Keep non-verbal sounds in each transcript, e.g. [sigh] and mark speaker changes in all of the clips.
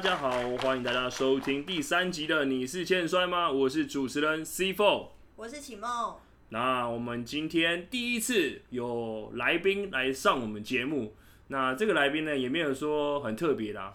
Speaker 1: 欢迎大家收听第三集的《你是欠摔吗》，我是主持人 C Four。
Speaker 2: 我是启梦，
Speaker 1: 那我们今天第一次有来宾来上我们节目，那这个来宾呢也没有说很特别啦，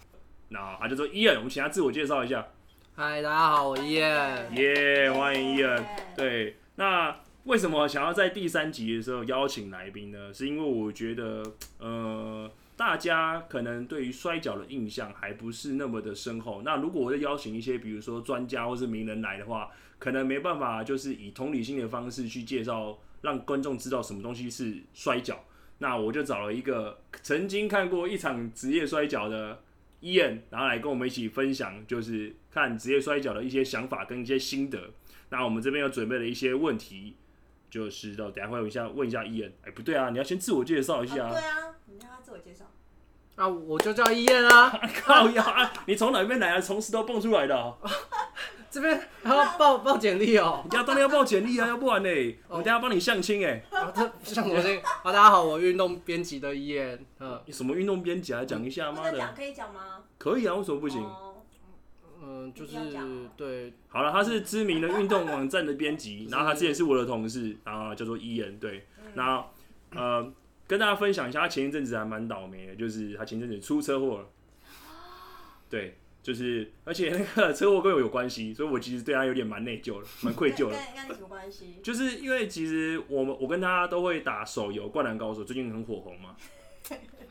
Speaker 1: 那啊就说伊恩，我们请他自我介绍一下，
Speaker 3: 嗨，大家好，我耶。
Speaker 1: 耶、欢迎伊恩。
Speaker 2: 耶，
Speaker 1: 对，那为什么想要在第三集的时候邀请来宾呢？是因为我觉得，呃，大家可能对于摔跤的印象还不是那么的深厚。那如果我再邀请一些，比如说专家或是名人来的话，可能没办法，就是以同理心的方式去介绍，让观众知道什么东西是摔跤。那我就找了一个曾经看过一场职业摔跤的伊恩，然后来跟我们一起分享，就是看职业摔跤的一些想法跟一些心得。那我们这边有准备了一些问题，就是到等一下会有一下问一下伊恩。哎，不对啊，你要先自我介绍一
Speaker 2: 哦对
Speaker 1: 下啊。
Speaker 2: 啊，你让他自我介绍，
Speaker 3: 啊，我就叫伊燕啊，
Speaker 1: [laughs] 靠呀、啊，你从哪边来啊？从石头蹦出来的 [laughs] 啊、
Speaker 3: 这边还要报报简历哦
Speaker 1: [laughs] 你。要当然要报简历啊，要不然呢、我等一下帮你相亲哎、
Speaker 3: 啊，这像我这，啊，大家好，我运动编辑的伊燕，嗯
Speaker 1: 你什么运动编辑啊？讲一下，
Speaker 2: 不
Speaker 1: 妈
Speaker 2: 能讲
Speaker 1: 的，
Speaker 2: 可以讲吗？
Speaker 1: 可以啊，为什么不行？
Speaker 2: 哦
Speaker 3: 嗯，就是
Speaker 2: 一定要讲哦
Speaker 3: 对，
Speaker 1: 好了，他是知名的运动网站的编辑，然后他之前是我的同事，然后叫做伊人，对，那呃，跟大家分享一下，他前一阵子还蛮倒霉的，就是他前一阵子出车祸了，对，就是而且那个车祸跟我有关系，所以我其实对他有点蛮内疚的，蛮愧疚的
Speaker 2: 跟。跟跟你什么关系？
Speaker 1: [laughs] 就是因为其实我们我跟他都会打手游《灌篮高手》，最近很火红嘛。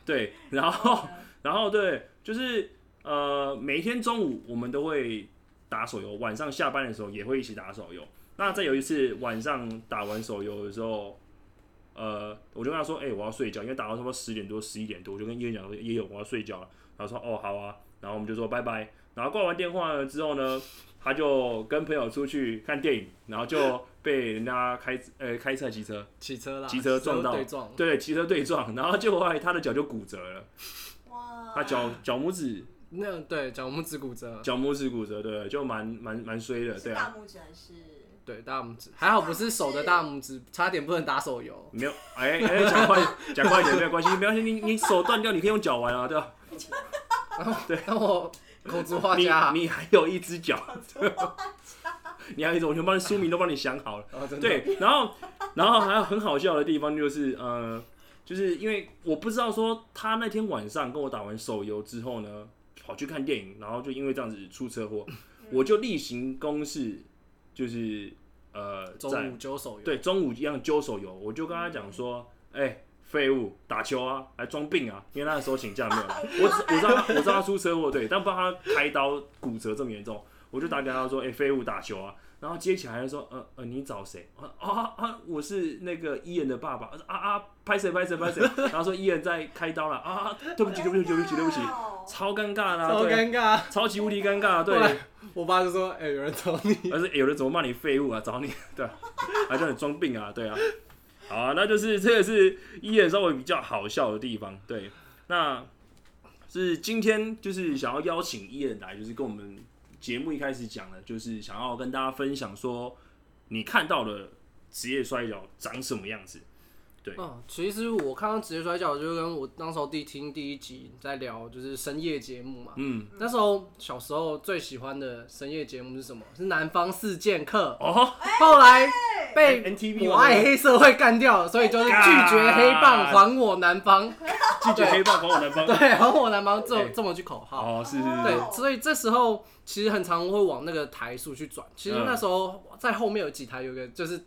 Speaker 1: 对，然后然后对，就是呃，每天中午哎我们都会打手游，晚上下班的时候也会一起打手游。那再有一次晚上打完手游的时候，呃，我就跟他说：“哎、我要睡觉，因为打到差不多十点多、十一点呃多，我就跟叶讲说：‘叶勇，我要睡觉了。’然后说：‘哦，好啊。’然后我们就说拜拜。然后挂完电话了之后呢，他就跟朋友出去看电影，然后就被人家开呃开车骑车，
Speaker 3: 骑车啦，
Speaker 1: 骑车撞到
Speaker 3: 对撞，
Speaker 1: 对，骑车对撞，然后结果后来他的脚就骨折了，
Speaker 2: 哇，
Speaker 1: 他啊脚脚拇指
Speaker 3: 那对脚拇指骨折，
Speaker 1: 脚拇指骨折，对，就蛮蛮蛮衰的，
Speaker 2: 是
Speaker 1: 对啊
Speaker 2: 大，拇指还是？
Speaker 3: 对大拇指，还好不是手的大拇指，差点不能打手游。
Speaker 1: 没有，哎哎，讲快
Speaker 3: [laughs]
Speaker 1: 讲快一点，没有关系，没关系，你你手断掉，你可以用脚玩啊，对吧？
Speaker 3: 那我口足
Speaker 1: [laughs]
Speaker 3: 画
Speaker 1: 你
Speaker 3: 家啊，
Speaker 1: 你还有一只脚， [laughs] 你还有一种，我全帮你书名都帮你想好了。
Speaker 3: 哦真的
Speaker 1: 对，然后然后还有很好笑的地方就是，呃，就是因为我不知道说他那天晚上跟我打完手游之后呢，跑去看电影，然后就因为这样子出车祸，
Speaker 3: 嗯
Speaker 1: 我就例行公事，就是呃，在
Speaker 3: 中午揪手游，
Speaker 1: 对中午一样揪手游，我就跟他讲说，哎、废物，打球啊，还装病啊！因为那时候请假没有来，我只我知道他我知道他出车祸，对，但不知道他开刀骨折这么严重，我就打给他说：“哎、废物，打球啊！”然后接起来就说：“呃呃，你找谁？”啊啊啊！我是那个伊人的爸爸。我说啊啊，拍谁拍谁拍谁！然后说伊人在开刀了啊！啊对不起对不起对不起对不起，
Speaker 2: 哦
Speaker 1: [laughs] 超尴尬啦、
Speaker 3: 超
Speaker 1: 对，
Speaker 3: 尴尬。
Speaker 1: 超级无敌尴尬，对
Speaker 3: 后。来我爸就说，哎，有人找
Speaker 1: [laughs]
Speaker 3: 你，
Speaker 1: 而是、欸有人怎么骂你废物啊，找你对、啊，还叫你装病啊，对啊。好啊，那就是这个是伊人稍微比较好笑的地方，对。那是今天就是想要邀请伊人来，就是跟我们节目一开始讲的，就是想要跟大家分享说你看到的职业摔跤长什么样子。对
Speaker 3: 嗯，其实我看到职业摔跤，就跟我那时候第听第一集在聊，就是深夜节目嘛。
Speaker 1: 嗯，
Speaker 3: 那时候小时候最喜欢的深夜节目是什么？是《南方四剑客》，
Speaker 1: 哦，
Speaker 3: 后来被
Speaker 1: NTV
Speaker 3: 哎我爱黑社会干掉了，所以
Speaker 1: 哎
Speaker 3: 就是拒绝黑棒，还我南方。
Speaker 1: 拒绝黑豹，还我男方。
Speaker 3: 对，还我南方这
Speaker 1: 哎
Speaker 3: 种这么句口号。
Speaker 1: 哦，是是是，
Speaker 3: 对，所以这时候其实很常会往那个台数去转。其实
Speaker 1: 嗯
Speaker 3: 那时候在后面有几台，有一个就是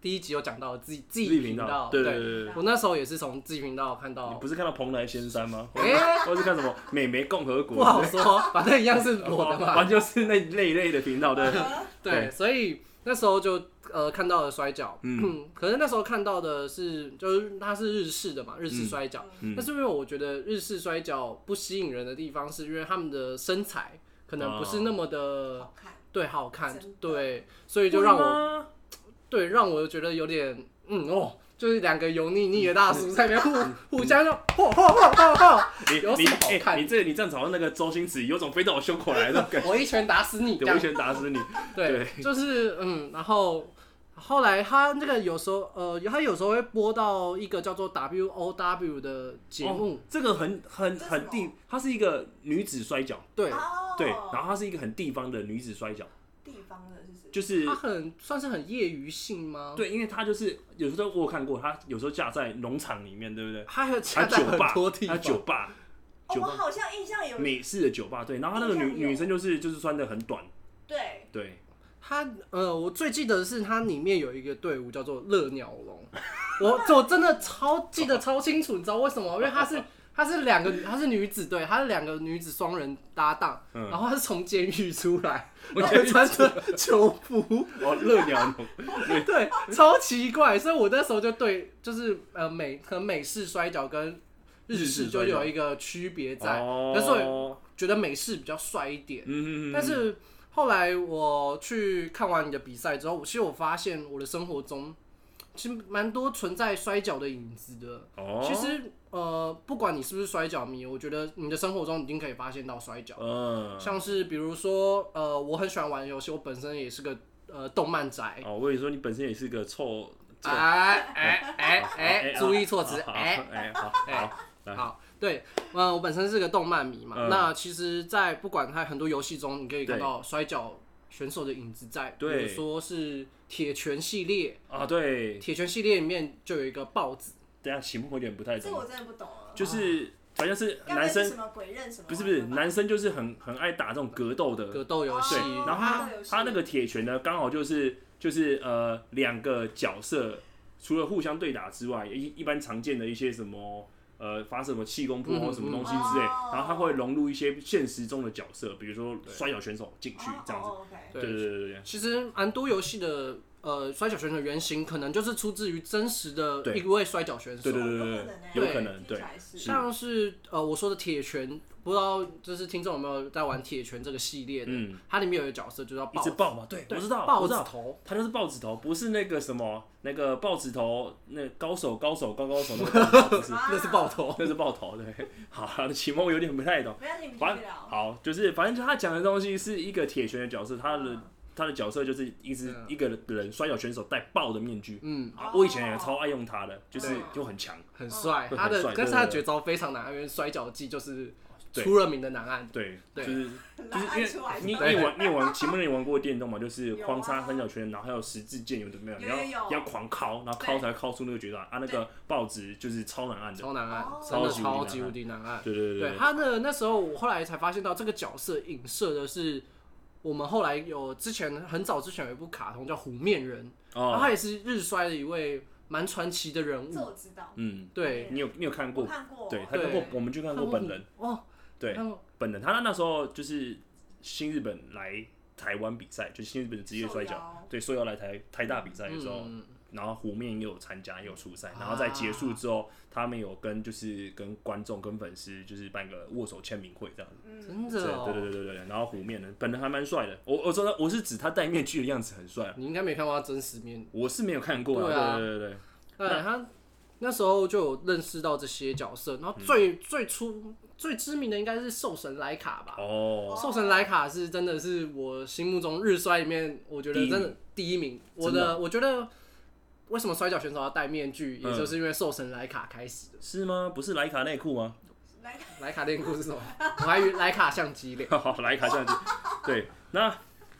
Speaker 3: 第一集有讲到自己
Speaker 1: 自
Speaker 3: 自己
Speaker 1: 己
Speaker 3: 频
Speaker 1: 频
Speaker 3: 道，
Speaker 1: 对对对
Speaker 2: 啊
Speaker 1: 对对。
Speaker 3: 我那时候也是从自己频道看
Speaker 1: 你
Speaker 3: 到，
Speaker 1: 不是看到蓬莱仙山吗？
Speaker 3: 哎、
Speaker 1: 或是看什么美眉共和国？
Speaker 3: 不好说，反正一样是裸的
Speaker 1: [laughs] 反
Speaker 3: 嘛。
Speaker 1: 正就是那那一类的频道，对。
Speaker 3: 啊
Speaker 1: 对
Speaker 3: 对，所以那时候就呃看到了摔跤，嗯， [clears throat] 可是那时候看到的是就是它是日式的嘛，日式摔跤。
Speaker 1: 嗯
Speaker 3: 但是因为我觉得日式摔跤不吸引人的地方，是因为他们的身材可能不是那么的、
Speaker 2: 好看，
Speaker 3: 对好看
Speaker 2: 真的，
Speaker 3: 对，所以就让我
Speaker 1: 我
Speaker 3: 对让我觉得有点嗯哦。就是两个油腻腻的大叔在那边
Speaker 1: [laughs]
Speaker 3: 互互相就嚯嚯嚯嚯嚯，
Speaker 1: 你
Speaker 3: 有什
Speaker 1: 你
Speaker 3: 么好
Speaker 1: 哎，
Speaker 3: 看
Speaker 1: 你这你这样吵到那个周星驰，有种飞到我胸口来的感觉，
Speaker 3: 我一拳打死 [laughs] 你！
Speaker 1: 对
Speaker 3: 这
Speaker 1: 我
Speaker 3: 样
Speaker 1: 一拳打死你。
Speaker 3: 对，就是嗯，然后后来他那个有时候呃，他有时候会播到一个叫做 W O W 的节目，
Speaker 1: 哦这个很很
Speaker 2: 这是什么
Speaker 1: 很地，它是一个女子摔跤，
Speaker 3: 对，
Speaker 2: 哦
Speaker 1: 对，然后她是一个很地方的女子摔跤，
Speaker 2: 地方的是谁？
Speaker 1: 就是
Speaker 3: 他很算是很业余性吗？，
Speaker 1: 对，因为她就是有时候我有看过，她有时候架在农场里面，对不对？
Speaker 3: 他有
Speaker 1: 她
Speaker 3: 加在
Speaker 1: 酒
Speaker 3: 很
Speaker 1: 吧
Speaker 3: 多地，
Speaker 1: 她
Speaker 3: 方，
Speaker 1: 酒吧，
Speaker 2: 哦，
Speaker 1: 酒
Speaker 2: 我
Speaker 1: 吧
Speaker 2: 好像印象有，
Speaker 1: 美式的酒吧，对。然后她那个
Speaker 2: 好像
Speaker 1: 女
Speaker 2: 有
Speaker 1: 女生就是就是穿的很短，
Speaker 2: 对，
Speaker 1: 对，
Speaker 3: 他呃，我最记得的是它里面有一个队伍叫做乐鸟龙，我我真的超记得超清楚，你知道为什么吗？因为它是它是两个它是女子队，它是两个女子双人搭档，
Speaker 1: 嗯
Speaker 3: 然后它是从监狱出来，
Speaker 1: 我
Speaker 3: 然
Speaker 1: 觉
Speaker 3: 后
Speaker 1: 得
Speaker 3: 穿着囚服，
Speaker 1: 哦，乐鸟农，
Speaker 3: [laughs] 对，超奇怪，所以我那时候就对就是呃美和美式摔跤跟日式就有一个区别在，可是
Speaker 1: 哦，
Speaker 3: 觉得美式比较帅一点。
Speaker 1: 嗯嗯嗯，
Speaker 3: 但是后来我去看完你的比赛之后，其实我发现我的生活中其实蛮多存在摔跤的影子的。
Speaker 1: 哦，
Speaker 3: 其实呃，不管你是不是摔跤迷，我觉得你的生活中已经可以发现到摔跤，
Speaker 1: 嗯，
Speaker 3: 像是比如说呃，我很喜欢玩游戏，我本身也是个呃动漫宅。
Speaker 1: 哦，我跟你说，你本身也是个臭，臭
Speaker 3: 哎哎哎哎，注意措辞，
Speaker 1: 好
Speaker 3: 哎。
Speaker 1: 哎，好
Speaker 3: 哎
Speaker 1: 好，来
Speaker 3: 好，对，呃，我本身是个动漫迷嘛，
Speaker 1: 嗯
Speaker 3: 那其实，在不管它很多游戏中，你可以看
Speaker 1: 对
Speaker 3: 到摔跤选手的影子在，比
Speaker 1: 对
Speaker 3: 如说是铁拳系列，
Speaker 1: 啊，对，
Speaker 3: 铁拳系列里面就有一个豹子，
Speaker 1: 等一下醒目有点不太
Speaker 2: 这我
Speaker 1: 懂，
Speaker 2: 真的不懂了。
Speaker 1: 就是好像是
Speaker 2: 该不会
Speaker 1: 男
Speaker 2: 是
Speaker 1: 生
Speaker 2: 什，么鬼刃什么？
Speaker 1: 不是不是，男生就是很很爱打这种格斗的，
Speaker 3: 格斗游戏，
Speaker 1: 对，然后
Speaker 2: 他
Speaker 1: 他他那个铁拳呢，刚好就是就是呃两个角色，除了互相对打之外，一一般常见的一些什么。呃，发生什么气功波
Speaker 3: 嗯
Speaker 1: 或什么东西之类，
Speaker 2: 哦
Speaker 1: 然后他会融入一些现实中的角色，比如说
Speaker 3: 对
Speaker 1: 摔跤选手进去这样子。
Speaker 2: 哦，OK，
Speaker 1: 对对对对对，
Speaker 3: 其实蛮多游戏的。呃，摔跤选手的原型可能就是出自于真实的
Speaker 1: 对
Speaker 3: 一位摔跤选手
Speaker 1: 对，对对
Speaker 2: 哦
Speaker 1: 对，有
Speaker 3: 有
Speaker 1: 可
Speaker 3: 可
Speaker 1: 能
Speaker 2: 能
Speaker 1: 对，
Speaker 2: 欸听起来是
Speaker 3: 像是呃我说的铁拳，不知道就是听众有没有在玩铁拳这个系列的？
Speaker 1: 嗯，
Speaker 3: 它里面有一个角色就叫
Speaker 1: 一
Speaker 3: 豹
Speaker 1: 直
Speaker 3: 子，
Speaker 1: 爆嘛，对，
Speaker 3: 对
Speaker 1: 我知道，
Speaker 3: 豹
Speaker 1: 我
Speaker 3: 子
Speaker 1: 知道，
Speaker 3: 头，
Speaker 1: 他就是豹子头，不是那个什么那个豹子头，那高手高手高高手那个豹子头，不
Speaker 3: [laughs]
Speaker 1: 是，哦
Speaker 2: 啊
Speaker 3: 那是豹头，
Speaker 1: 那是豹头，对， [laughs] 好，启蒙我有点不太
Speaker 3: [laughs]
Speaker 1: 懂，
Speaker 2: 不要听不
Speaker 1: 反
Speaker 2: 了。
Speaker 1: 好，就是反正就他讲的东西是一个铁拳的角色，他的他的角色就是一直
Speaker 3: 啊嗯
Speaker 1: 一个人摔跤选手戴豹的面具。
Speaker 3: 嗯，
Speaker 1: 啊
Speaker 2: 哦，
Speaker 1: 我以前也超爱用它的，就是
Speaker 3: 对
Speaker 1: 就很强，
Speaker 3: 很帅，
Speaker 1: 嗯
Speaker 3: 他
Speaker 1: 很帅
Speaker 3: 的但
Speaker 1: 对对
Speaker 3: 是他的
Speaker 1: 对
Speaker 3: 绝招非常难，因为摔跤技就是
Speaker 1: 对
Speaker 3: 出了名的难按。
Speaker 1: 对，就
Speaker 3: 对
Speaker 1: 是就是因
Speaker 2: 拿
Speaker 1: 为
Speaker 2: 出来
Speaker 1: 你
Speaker 2: 对
Speaker 1: 你也玩你也玩前面你也玩过电动嘛，就是
Speaker 2: 有啊
Speaker 1: 框叉三角拳，然后还有十字剑，有的没有？你
Speaker 2: 有有
Speaker 1: 要
Speaker 2: 有
Speaker 1: 你要狂敲，然后敲
Speaker 2: 对
Speaker 1: 才敲出那个绝招啊！那个报纸就是超难按的，
Speaker 3: 超难按
Speaker 2: 哦，
Speaker 3: 真的
Speaker 1: 超
Speaker 3: 超
Speaker 1: 级
Speaker 3: 级
Speaker 1: 无
Speaker 3: 无敌难按。
Speaker 1: 对对
Speaker 3: 对他的那时候，我后来才发现到这个角色影射的是我们后来有之前很早之前有一部卡通叫《虎面人》，然后
Speaker 1: 哦，
Speaker 3: 他也是日衰的一位蛮传奇的人
Speaker 2: 这
Speaker 3: 物。
Speaker 2: 我知道，
Speaker 1: 嗯，
Speaker 3: 对，
Speaker 1: 你有你有看
Speaker 2: 我
Speaker 1: 过？
Speaker 2: 看过。
Speaker 1: 对，他看过
Speaker 3: 对，
Speaker 1: 我们去看过本人，
Speaker 3: 哦，
Speaker 1: 对
Speaker 3: 看过
Speaker 1: 本人，他那时候就是新日本来台湾比赛，就是新日本的职业摔
Speaker 2: 受
Speaker 1: 跤
Speaker 2: 邀，
Speaker 1: 对，受邀来台台大比赛的时候，
Speaker 3: 嗯
Speaker 1: 然后湖面也有参加，也有出赛，
Speaker 3: 啊
Speaker 1: 然后在结束之后，他们有跟就是跟观众跟粉丝就是办个握手签名会这样子。
Speaker 2: 嗯，
Speaker 3: 真
Speaker 1: 对
Speaker 3: 的
Speaker 1: 对对
Speaker 3: 哦，
Speaker 1: 对对对，然后湖面呢，本人还蛮帅的。我我说的我是指他戴面具的样子很帅，啊
Speaker 3: 你应该没看过他真实面。
Speaker 1: 我是没有看过
Speaker 3: 对啊
Speaker 1: 对对对对，
Speaker 3: 对他那时候就有认识到这些角色，然后
Speaker 1: 嗯
Speaker 3: 最、最初最知名的应该是兽神莱卡吧。
Speaker 1: 哦，
Speaker 3: 兽神莱卡是真的是我心目中日衰里面，我觉
Speaker 1: 第
Speaker 3: 得
Speaker 1: 一
Speaker 3: 真的第一名。我
Speaker 1: 真
Speaker 3: 的我觉得为什么摔跤选手要戴面具，
Speaker 1: 嗯
Speaker 3: 也就是因为兽神莱卡开始的。
Speaker 1: 是吗？不是莱卡内裤吗？ [laughs]
Speaker 2: 来，
Speaker 3: 莱卡内裤是什么？ [laughs] 我还以为莱卡相机
Speaker 1: [laughs]
Speaker 3: 嘞。
Speaker 1: 好，莱卡相机。对，那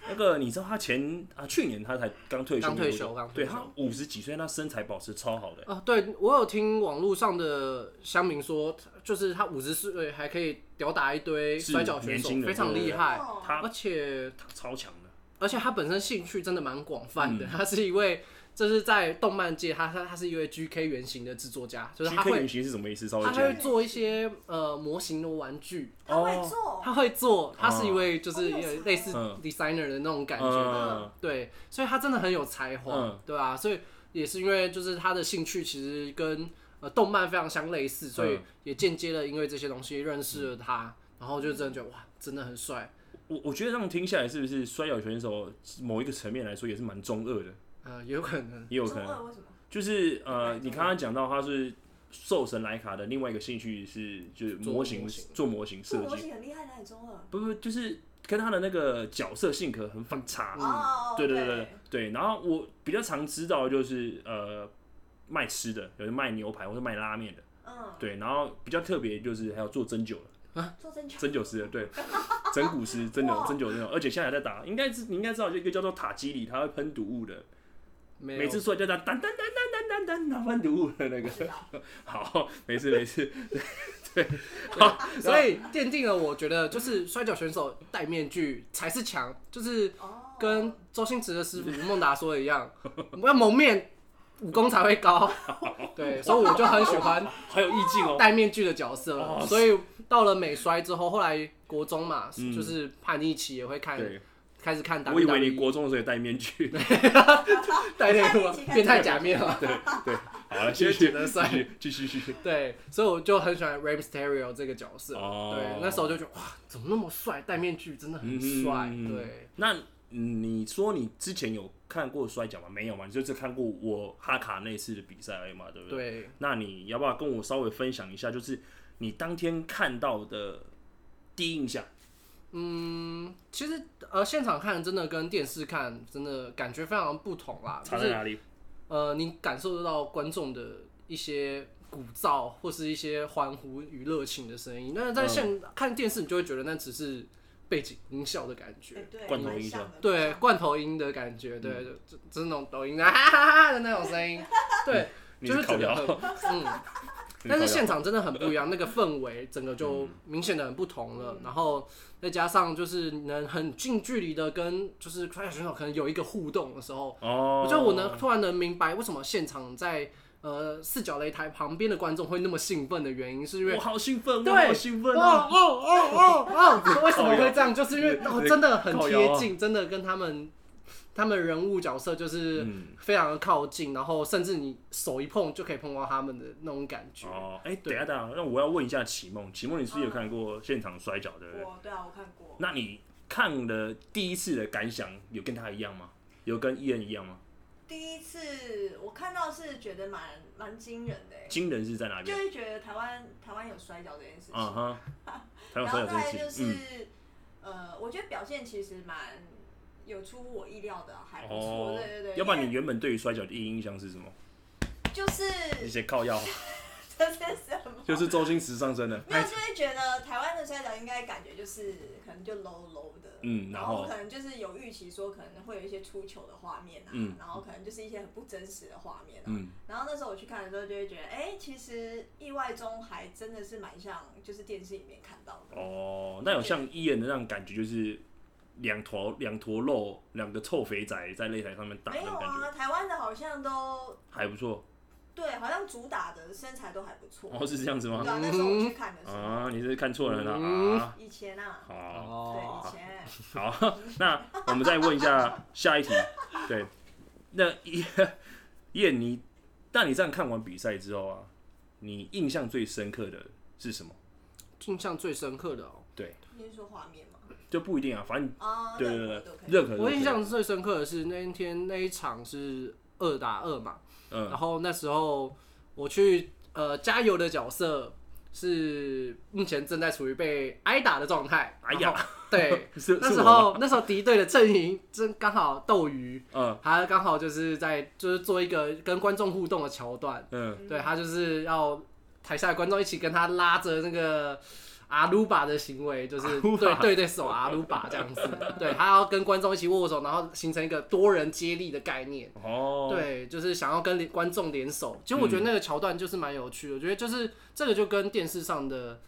Speaker 1: 那个你知道他前啊，去年他才刚退休没
Speaker 3: 刚
Speaker 1: 多久，
Speaker 3: 退休刚退
Speaker 1: 对
Speaker 3: 休
Speaker 1: 他五十几岁，那身材保持超好的、
Speaker 3: 哦，对我有听网络上的乡民说，就是他五十岁还可以吊打一堆
Speaker 1: 是
Speaker 3: 摔跤选
Speaker 1: 年
Speaker 3: 手
Speaker 1: 轻，人啊
Speaker 3: 非常厉害。
Speaker 2: 哦
Speaker 1: 他
Speaker 3: 而且
Speaker 1: 他超强的。
Speaker 3: 而且他本身兴趣真的蛮广泛的，
Speaker 1: 嗯
Speaker 3: 他是一位就是在动漫界，他他他是一位 GK 原型的制作家，就是他
Speaker 1: GK
Speaker 3: 会
Speaker 1: 原型是什么意思？稍微
Speaker 3: 他
Speaker 1: 讲
Speaker 3: 会做一些呃模型的玩具，
Speaker 2: 他会
Speaker 1: 哦
Speaker 2: 做，
Speaker 3: 他会做，他是一位就是
Speaker 2: 哦
Speaker 3: 有类似
Speaker 1: 嗯
Speaker 3: designer 的那种感觉的，
Speaker 1: 嗯
Speaker 3: 对，所以他真的很有才华，
Speaker 1: 嗯
Speaker 3: 对啊，所以也是因为就是他的兴趣其实跟呃动漫非常相类似，所以
Speaker 1: 嗯
Speaker 3: 也间接的因为这些东西认识了他，然后就真的觉得哇，真的很帅，
Speaker 1: 我我觉得这样听下来，是不是摔跤选手某一个层面来说也是蛮中二的，
Speaker 3: 呃，有可能，
Speaker 1: 也有可能
Speaker 2: 能为什么？
Speaker 1: 就是呃，
Speaker 2: 中二
Speaker 1: 你刚刚讲到他是。兽神莱卡的另外一个兴趣是就是模
Speaker 3: 做
Speaker 1: 型
Speaker 3: 模型
Speaker 1: 做模型
Speaker 2: 这
Speaker 1: 设
Speaker 2: 逻
Speaker 1: 计，
Speaker 2: 辑很厉害，哪里中二？
Speaker 1: 不不就是跟他的那个角色性格很反差，
Speaker 2: 哦，
Speaker 1: 嗯对对对，对，然后我比较常知道的就是呃卖吃的，有人卖牛排或者卖拉面的，
Speaker 2: 嗯，
Speaker 1: 对，然后比较特别就是还有做针灸的，
Speaker 2: 做真假
Speaker 1: 针灸师的，对，整蛊师，真的
Speaker 2: 哇
Speaker 1: 真有真有，而且现在还在打，应该是你应该知道，就一个叫做塔基里，他会喷毒物的，
Speaker 3: 没
Speaker 1: 每
Speaker 3: 有
Speaker 1: 次出来就他当当当当当当当，他喷毒物的那个
Speaker 2: 不。知道，
Speaker 1: [laughs] 好，没事没事，啊
Speaker 3: 所以奠定了我觉得就是摔跤选手戴面具才是强，就是
Speaker 2: 哦，
Speaker 3: 跟周星驰的师傅吴孟达说的一
Speaker 1: [laughs]
Speaker 3: 样，我们要蒙面，武功才会高。对，所以我就很喜欢
Speaker 1: 好有意境哦。
Speaker 3: 戴面具的角色
Speaker 1: 哦，
Speaker 3: 所以到了美摔之后，后来国中嘛，
Speaker 1: 嗯
Speaker 3: 就是叛逆期也会看，
Speaker 1: 对，
Speaker 3: 开始看 E WWE。
Speaker 1: 我以为
Speaker 3: [laughs]
Speaker 1: 你国中的时候也戴面具。
Speaker 3: 戴内裤啊
Speaker 2: 叛逆期开始
Speaker 3: 变态假面啊，
Speaker 1: 好了，
Speaker 3: 觉
Speaker 1: 继
Speaker 3: 得
Speaker 1: 续
Speaker 3: 觉得帅
Speaker 1: 继续继续。
Speaker 3: [laughs] 对，所以我就很喜欢 Ray Mysterio 这个角色。
Speaker 1: 哦
Speaker 3: 对，那时候就觉得哇，怎么那么帅？戴面具真的很帅。
Speaker 1: 嗯
Speaker 3: 对，
Speaker 1: 那嗯你说你之前有看过摔跤吗？没有嘛？你就只看过我哈卡那次的比赛而已嘛，对不对？
Speaker 3: 对，
Speaker 1: 那你要不要跟我稍微分享一下，就是你当天看到的第一印象？
Speaker 3: 嗯，其实呃，现场看真的跟电视看真的感觉非常不同啦，啊就
Speaker 1: 差在
Speaker 3: 是
Speaker 1: 哪里？
Speaker 3: 呃，你感受得到观众的一些鼓噪或是一些欢呼与热情的声音。那
Speaker 1: 嗯
Speaker 3: 在现、看电视，你就会觉得那只是背景音效的感觉。
Speaker 2: 哎对，
Speaker 1: 罐头
Speaker 2: 蛮
Speaker 1: 音
Speaker 2: 像
Speaker 1: 效
Speaker 2: 的
Speaker 3: 对，罐头音的感觉，
Speaker 1: 嗯
Speaker 3: 对，就就就是那种抖音啊哈哈哈的那种声音，对，
Speaker 1: [laughs] 你
Speaker 3: 就是是觉
Speaker 1: 烤
Speaker 3: 得
Speaker 1: 窑，
Speaker 3: 很，嗯，
Speaker 1: 你
Speaker 3: [laughs]
Speaker 1: 烤
Speaker 3: 但是
Speaker 1: 窑
Speaker 3: 现场真的很不一样，那个氛围整个
Speaker 1: 嗯
Speaker 3: 就明显的很不同了。然后再加上就是能很近距离的跟就是摔跤选手可能有一个互动的时候，
Speaker 1: 哦，
Speaker 3: 我觉得我能突然能明白为什么现场在呃四角擂台旁边的观众会那么兴奋的原因，是因为
Speaker 1: 我。好兴奋，
Speaker 3: 对
Speaker 1: 我好兴奋
Speaker 3: 哦
Speaker 1: 啊！
Speaker 3: 哦哦哦哦！为什么会这样？就是因为哦，真的很
Speaker 1: 靠
Speaker 3: 贴
Speaker 1: 腰啊
Speaker 3: 近，真的跟他们他们人物角色就是
Speaker 1: 嗯
Speaker 3: 非常的靠近，然后甚至你手一碰就可以碰到他们的那种感觉。
Speaker 1: 哦，哎，等一下等一下，那我要问一下启梦，启梦你是不是有看过现场摔跤的？
Speaker 2: 我对啊，我看过，
Speaker 1: 那你看了第一次的感想有跟他一样吗？有跟伊恩一样吗？
Speaker 2: 第一次我看到是觉得蛮蛮惊人的欸，
Speaker 1: 惊人是在哪
Speaker 2: 就
Speaker 1: 边？
Speaker 2: 会觉得台湾台湾有摔跤这件事
Speaker 1: 啊
Speaker 2: 情，
Speaker 3: [laughs]
Speaker 1: 哈，台
Speaker 2: 然
Speaker 1: 湾摔
Speaker 2: 后
Speaker 1: 跤
Speaker 2: 再
Speaker 1: 真是，
Speaker 2: 来就是
Speaker 1: 嗯
Speaker 2: 呃，我觉得表现其实蛮有出乎我意料的，啊还不错，
Speaker 1: 哦
Speaker 2: 对对对，
Speaker 1: 要不然
Speaker 2: 因
Speaker 1: 你
Speaker 2: 为
Speaker 1: 原本对于摔跤的第一印象是什么？
Speaker 2: 就是
Speaker 1: 一些靠药，
Speaker 2: 这是什么？
Speaker 1: 就是周星驰上身的，
Speaker 2: 没有，就会觉得台湾的摔跤应该感觉就是可能就 low low 的，
Speaker 1: 嗯然
Speaker 2: 然
Speaker 1: 后
Speaker 2: 可能就是有预期说可能会有一些出糗的画面啊，
Speaker 1: 嗯
Speaker 2: 然后可能就是一些很不真实的画面啊。
Speaker 1: 嗯，
Speaker 2: 然后那时候我去看的时候，就会觉得，哎、其实意外中还真的是蛮像就是电视里面看到的。
Speaker 1: 哦，那有像伊恩的那种感觉，就是两坨两坨肉，两个臭肥仔在擂台上面打
Speaker 2: 没
Speaker 1: 那
Speaker 2: 有
Speaker 1: 种感觉，
Speaker 2: 啊，台湾的好像都
Speaker 1: 还不错。
Speaker 2: 对，好像主打的身材都还不错。
Speaker 1: 哦，是这样子
Speaker 2: 对
Speaker 1: 吗？
Speaker 2: 啊，那时候我去看的时候，
Speaker 1: 啊，你是看错人了
Speaker 3: 嗯
Speaker 1: 啊！
Speaker 2: 以前啊，
Speaker 1: 好
Speaker 2: 对，
Speaker 3: 哦
Speaker 2: 以前
Speaker 1: 好，那我们再问一下下一 [laughs] 题。对，那伊伊恩，你那你这样看完比赛之后啊，你印象最深刻的是什么？
Speaker 3: 印象最深刻的哦、
Speaker 1: 对，
Speaker 2: 你是说画面吗？
Speaker 1: 就不一定啊，反正
Speaker 2: 啊，
Speaker 1: 对
Speaker 2: 任
Speaker 1: 对对
Speaker 2: 何都可，以。
Speaker 1: 任何都
Speaker 3: 我
Speaker 1: 可以
Speaker 3: 印象最深刻的是那一天那一场是二打二嘛，
Speaker 1: 嗯
Speaker 3: 然后那时候我去呃加油的角色是目前正在处于被挨打的状态。
Speaker 1: 哎呀，
Speaker 3: 然后，对
Speaker 1: [laughs] 是是
Speaker 3: 那时
Speaker 1: 我吗
Speaker 3: 候那时候敌对的阵营正刚好斗鱼，
Speaker 1: 嗯
Speaker 3: 他刚好就是在就是做一个跟观众互动的桥段。
Speaker 1: 嗯
Speaker 3: 对他就是要台下的观众一起跟他拉着那个阿鲁巴的行为，就是
Speaker 1: 阿鲁巴
Speaker 3: 对对对手阿鲁巴这样
Speaker 1: [laughs]
Speaker 3: 子，对他要跟观众一起握手，然后形成一个多人接力的概念。
Speaker 1: 哦，
Speaker 3: 对，就是想要跟观众联手。其实我觉得那个桥段就是蛮有趣的，我觉得就是这个就跟电视上的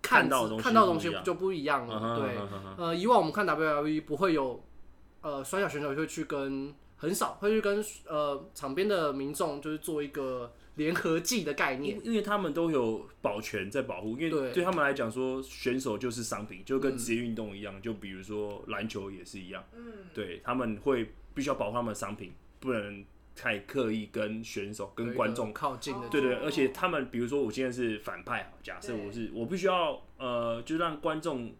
Speaker 1: 看到的东西
Speaker 3: 看到的东
Speaker 1: 不一
Speaker 3: 西
Speaker 1: 样
Speaker 3: 就不一样
Speaker 1: 嗯
Speaker 3: 了。
Speaker 1: 哼
Speaker 3: 对，
Speaker 1: 嗯哼嗯哼
Speaker 3: 呃，以往我们看 WWE 不会有，呃，摔跤选手会去跟很少会去跟呃场边的民众就是做一个联合技的概念。
Speaker 1: 因因为他们都有保全在保护，因为
Speaker 3: 对嗯
Speaker 1: 对他们来讲说选手就是商品，就跟职业运动一样，就比如说篮球也是一样，
Speaker 2: 嗯，
Speaker 1: 对他们会必须要保护他们的商品，不能太刻意跟选手
Speaker 3: 有
Speaker 1: 跟
Speaker 3: 一
Speaker 1: 观
Speaker 3: 个
Speaker 1: 众。
Speaker 3: 呃靠近的，
Speaker 1: 对对，
Speaker 2: 哦
Speaker 1: 而且他们比如说我现在是反派啊，假设
Speaker 2: 对
Speaker 1: 我是我必须要呃，就让观众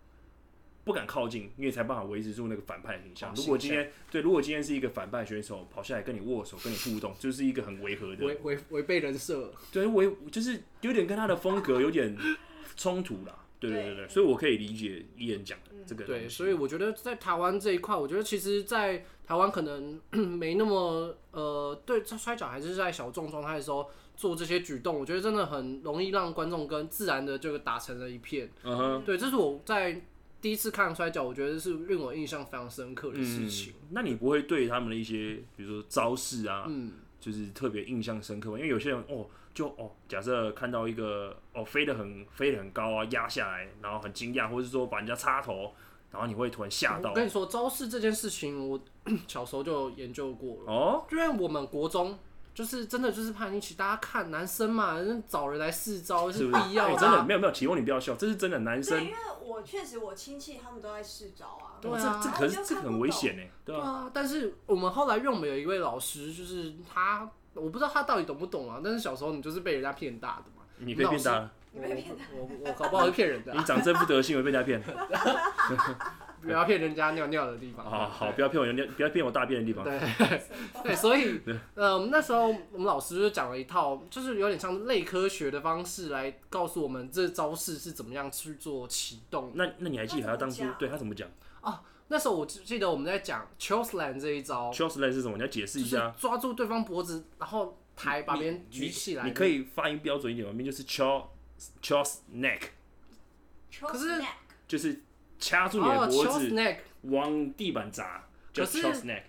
Speaker 1: 不敢靠近，因为才办法维持住那个反派的形象。
Speaker 3: 哦
Speaker 1: 如果
Speaker 3: 形
Speaker 1: 今天对，如果今天是一个反派选手跑下来跟你握手、跟你互动，就是一个很违和的
Speaker 3: 违违违背人设。
Speaker 1: 对，我也就是有点跟他的风格有点冲突啦。对对对对，
Speaker 2: 对
Speaker 1: 所以我可以理解伊人讲的这个东西。
Speaker 3: 对，所以我觉得在台湾这一块，我觉得其实，在台湾可能 [clears throat] 没那么呃，对在摔跤还是在小众状态的时候做这些举动，我觉得真的很容易让观众跟自然的就打成了一片。
Speaker 1: 嗯哼，
Speaker 3: 对，这是我在第一次看摔跤，我觉得是令我印象非常深刻的事情。
Speaker 1: 嗯那你不会对他们的一些，比如说招式啊，
Speaker 3: 嗯，
Speaker 1: 就是特别印象深刻吗？因为有些人哦，就哦，假设看到一个哦飞得很飞得很高啊，压下来，然后很惊讶，或是说把人家插头，然后你会突然吓
Speaker 3: 我
Speaker 1: 到
Speaker 3: 跟你说，招式这件事情，我 [clears throat] 小时候就研究过了。
Speaker 1: 哦，
Speaker 3: 因为我们国中就是真的就是叛逆期，大家看男生嘛，人家找人来试招
Speaker 1: 是不是？
Speaker 3: 必要
Speaker 1: 哎
Speaker 3: 啊
Speaker 1: 真的没有没有，提供你不要笑，这是真的，男
Speaker 2: 对，
Speaker 1: 生
Speaker 2: 因为我确实我亲戚他们都在试招啊，
Speaker 3: 对
Speaker 1: 哦
Speaker 3: 啊
Speaker 1: 这这
Speaker 2: 然后
Speaker 1: 可
Speaker 2: 就是
Speaker 1: 这
Speaker 2: 看
Speaker 1: 个
Speaker 2: 不
Speaker 1: 很危
Speaker 2: 懂
Speaker 1: 险哎，对
Speaker 3: 对
Speaker 1: 吧？
Speaker 3: 啊，但是我们后来因为我们有一位老师，就是他，我不知道他到底懂不懂啊，但是小时候你就是被人家骗大的嘛。
Speaker 1: 你被骗大了，
Speaker 2: 你被骗
Speaker 3: 我我我搞不好是骗人的、
Speaker 1: 你 [laughs]
Speaker 3: 啊，
Speaker 1: 长这副德行，我被人家
Speaker 3: [laughs]
Speaker 1: 骗。
Speaker 3: 不要骗人家尿尿的地方。
Speaker 1: 好好，不要骗我，人家不要骗我大便的地方。
Speaker 3: 对对，所以呃，我们那时候我们老师就讲了一套，就是有点像类科学的方式来告诉我们这招式是怎么样去做启动。
Speaker 1: 那那你还记得他当初
Speaker 2: 他怎么讲
Speaker 1: 对他怎么讲
Speaker 3: 那时候我只记得我们在讲 c h o s l a n 这一招，
Speaker 1: c h o s l e 是什么？你要解释
Speaker 3: 就
Speaker 1: 一
Speaker 3: 是
Speaker 1: 下。
Speaker 3: 抓住对方脖子，然后抬把
Speaker 1: 你
Speaker 3: 别人举起来。
Speaker 1: 你可，以发音标准一点吗？明明就是 c h o s c h o s neck，
Speaker 2: 可
Speaker 3: 可是
Speaker 1: 就是掐住你的
Speaker 3: 哦 c h
Speaker 1: 脖
Speaker 3: o s
Speaker 1: 子
Speaker 3: n e c
Speaker 1: 往地板砸，叫
Speaker 3: 可是
Speaker 1: c h o s neck。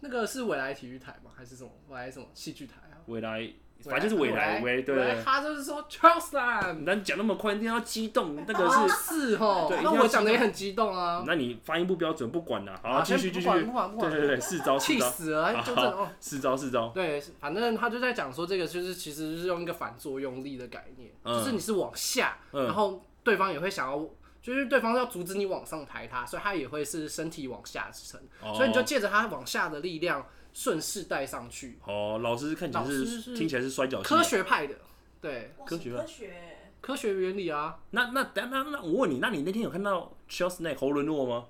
Speaker 3: 那个是未来体育台吗？还是什么未来什么戏剧台啊？
Speaker 1: 未来，反正就是未来，
Speaker 3: 未
Speaker 1: 未对
Speaker 3: 来他就是说 Charles Lam，
Speaker 1: 那你讲那么快，一定要激动，那个
Speaker 3: 哦
Speaker 1: 是，
Speaker 3: 是哦
Speaker 1: 对，一定
Speaker 3: 那
Speaker 1: 要
Speaker 3: 我讲的也很激动啊。
Speaker 1: 那你发音不标准，不管了。好，
Speaker 3: 啊
Speaker 1: 继
Speaker 3: 先
Speaker 1: 续继
Speaker 3: 不
Speaker 1: 续，
Speaker 3: 管
Speaker 1: 对
Speaker 3: 不管不
Speaker 1: 对
Speaker 3: 管，
Speaker 1: 对，四招四
Speaker 3: 气
Speaker 1: 招，
Speaker 3: 死了，就这
Speaker 1: 好
Speaker 3: 哦。
Speaker 1: 四招四招。
Speaker 3: 对，反正他就在讲说，这个就是其实就是用一个反作用力的概念，
Speaker 1: 嗯
Speaker 3: 就是你是往下，
Speaker 1: 嗯
Speaker 3: 然后对方也会想要，就是对方要阻止你往上抬他，所以他也会是身体往下沉，
Speaker 1: 哦
Speaker 3: 所以你就借着他往下的力量顺势带上去，
Speaker 1: 哦，老师看起来
Speaker 3: 老师
Speaker 1: 是
Speaker 3: 是
Speaker 1: 听起来是摔跤系啊
Speaker 3: 科学派的，对，
Speaker 2: 哇
Speaker 1: 科学啊
Speaker 2: 科学，
Speaker 3: 科学原理啊，
Speaker 1: 那那那那那，我问你，那你那天有看到 c h e l s n a c k 侯伦诺吗？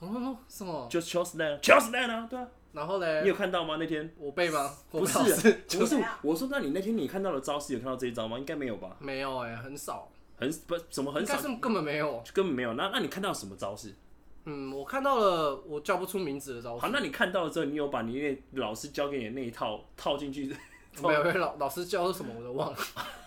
Speaker 3: 哦什么？
Speaker 1: 就是 c h e l s n a c k c h e l s n a c k 啊，对啊，
Speaker 3: 然后
Speaker 1: 你
Speaker 3: 嘞，
Speaker 1: 有看到吗？那天
Speaker 3: 我背吗？我
Speaker 1: 不
Speaker 3: 背老
Speaker 1: 是
Speaker 3: 师
Speaker 1: 不是啊
Speaker 2: 怎么样，
Speaker 1: 我说那你那天你看到的招式有看到这一招吗？应该没有吧？
Speaker 3: [laughs] 没有哎、很少，
Speaker 1: 很不怎么很
Speaker 3: 应该
Speaker 1: 少，
Speaker 3: 是根本没有。
Speaker 1: 根本没有。那那你看到什么招式？
Speaker 3: 嗯，我看到了，我叫不出名字的招
Speaker 1: 好，
Speaker 3: 式。
Speaker 1: 那你看到了之后，你有把你那老师教给你的那一套套进去？
Speaker 3: 没有，没有老老师教什么我都忘了。 [laughs]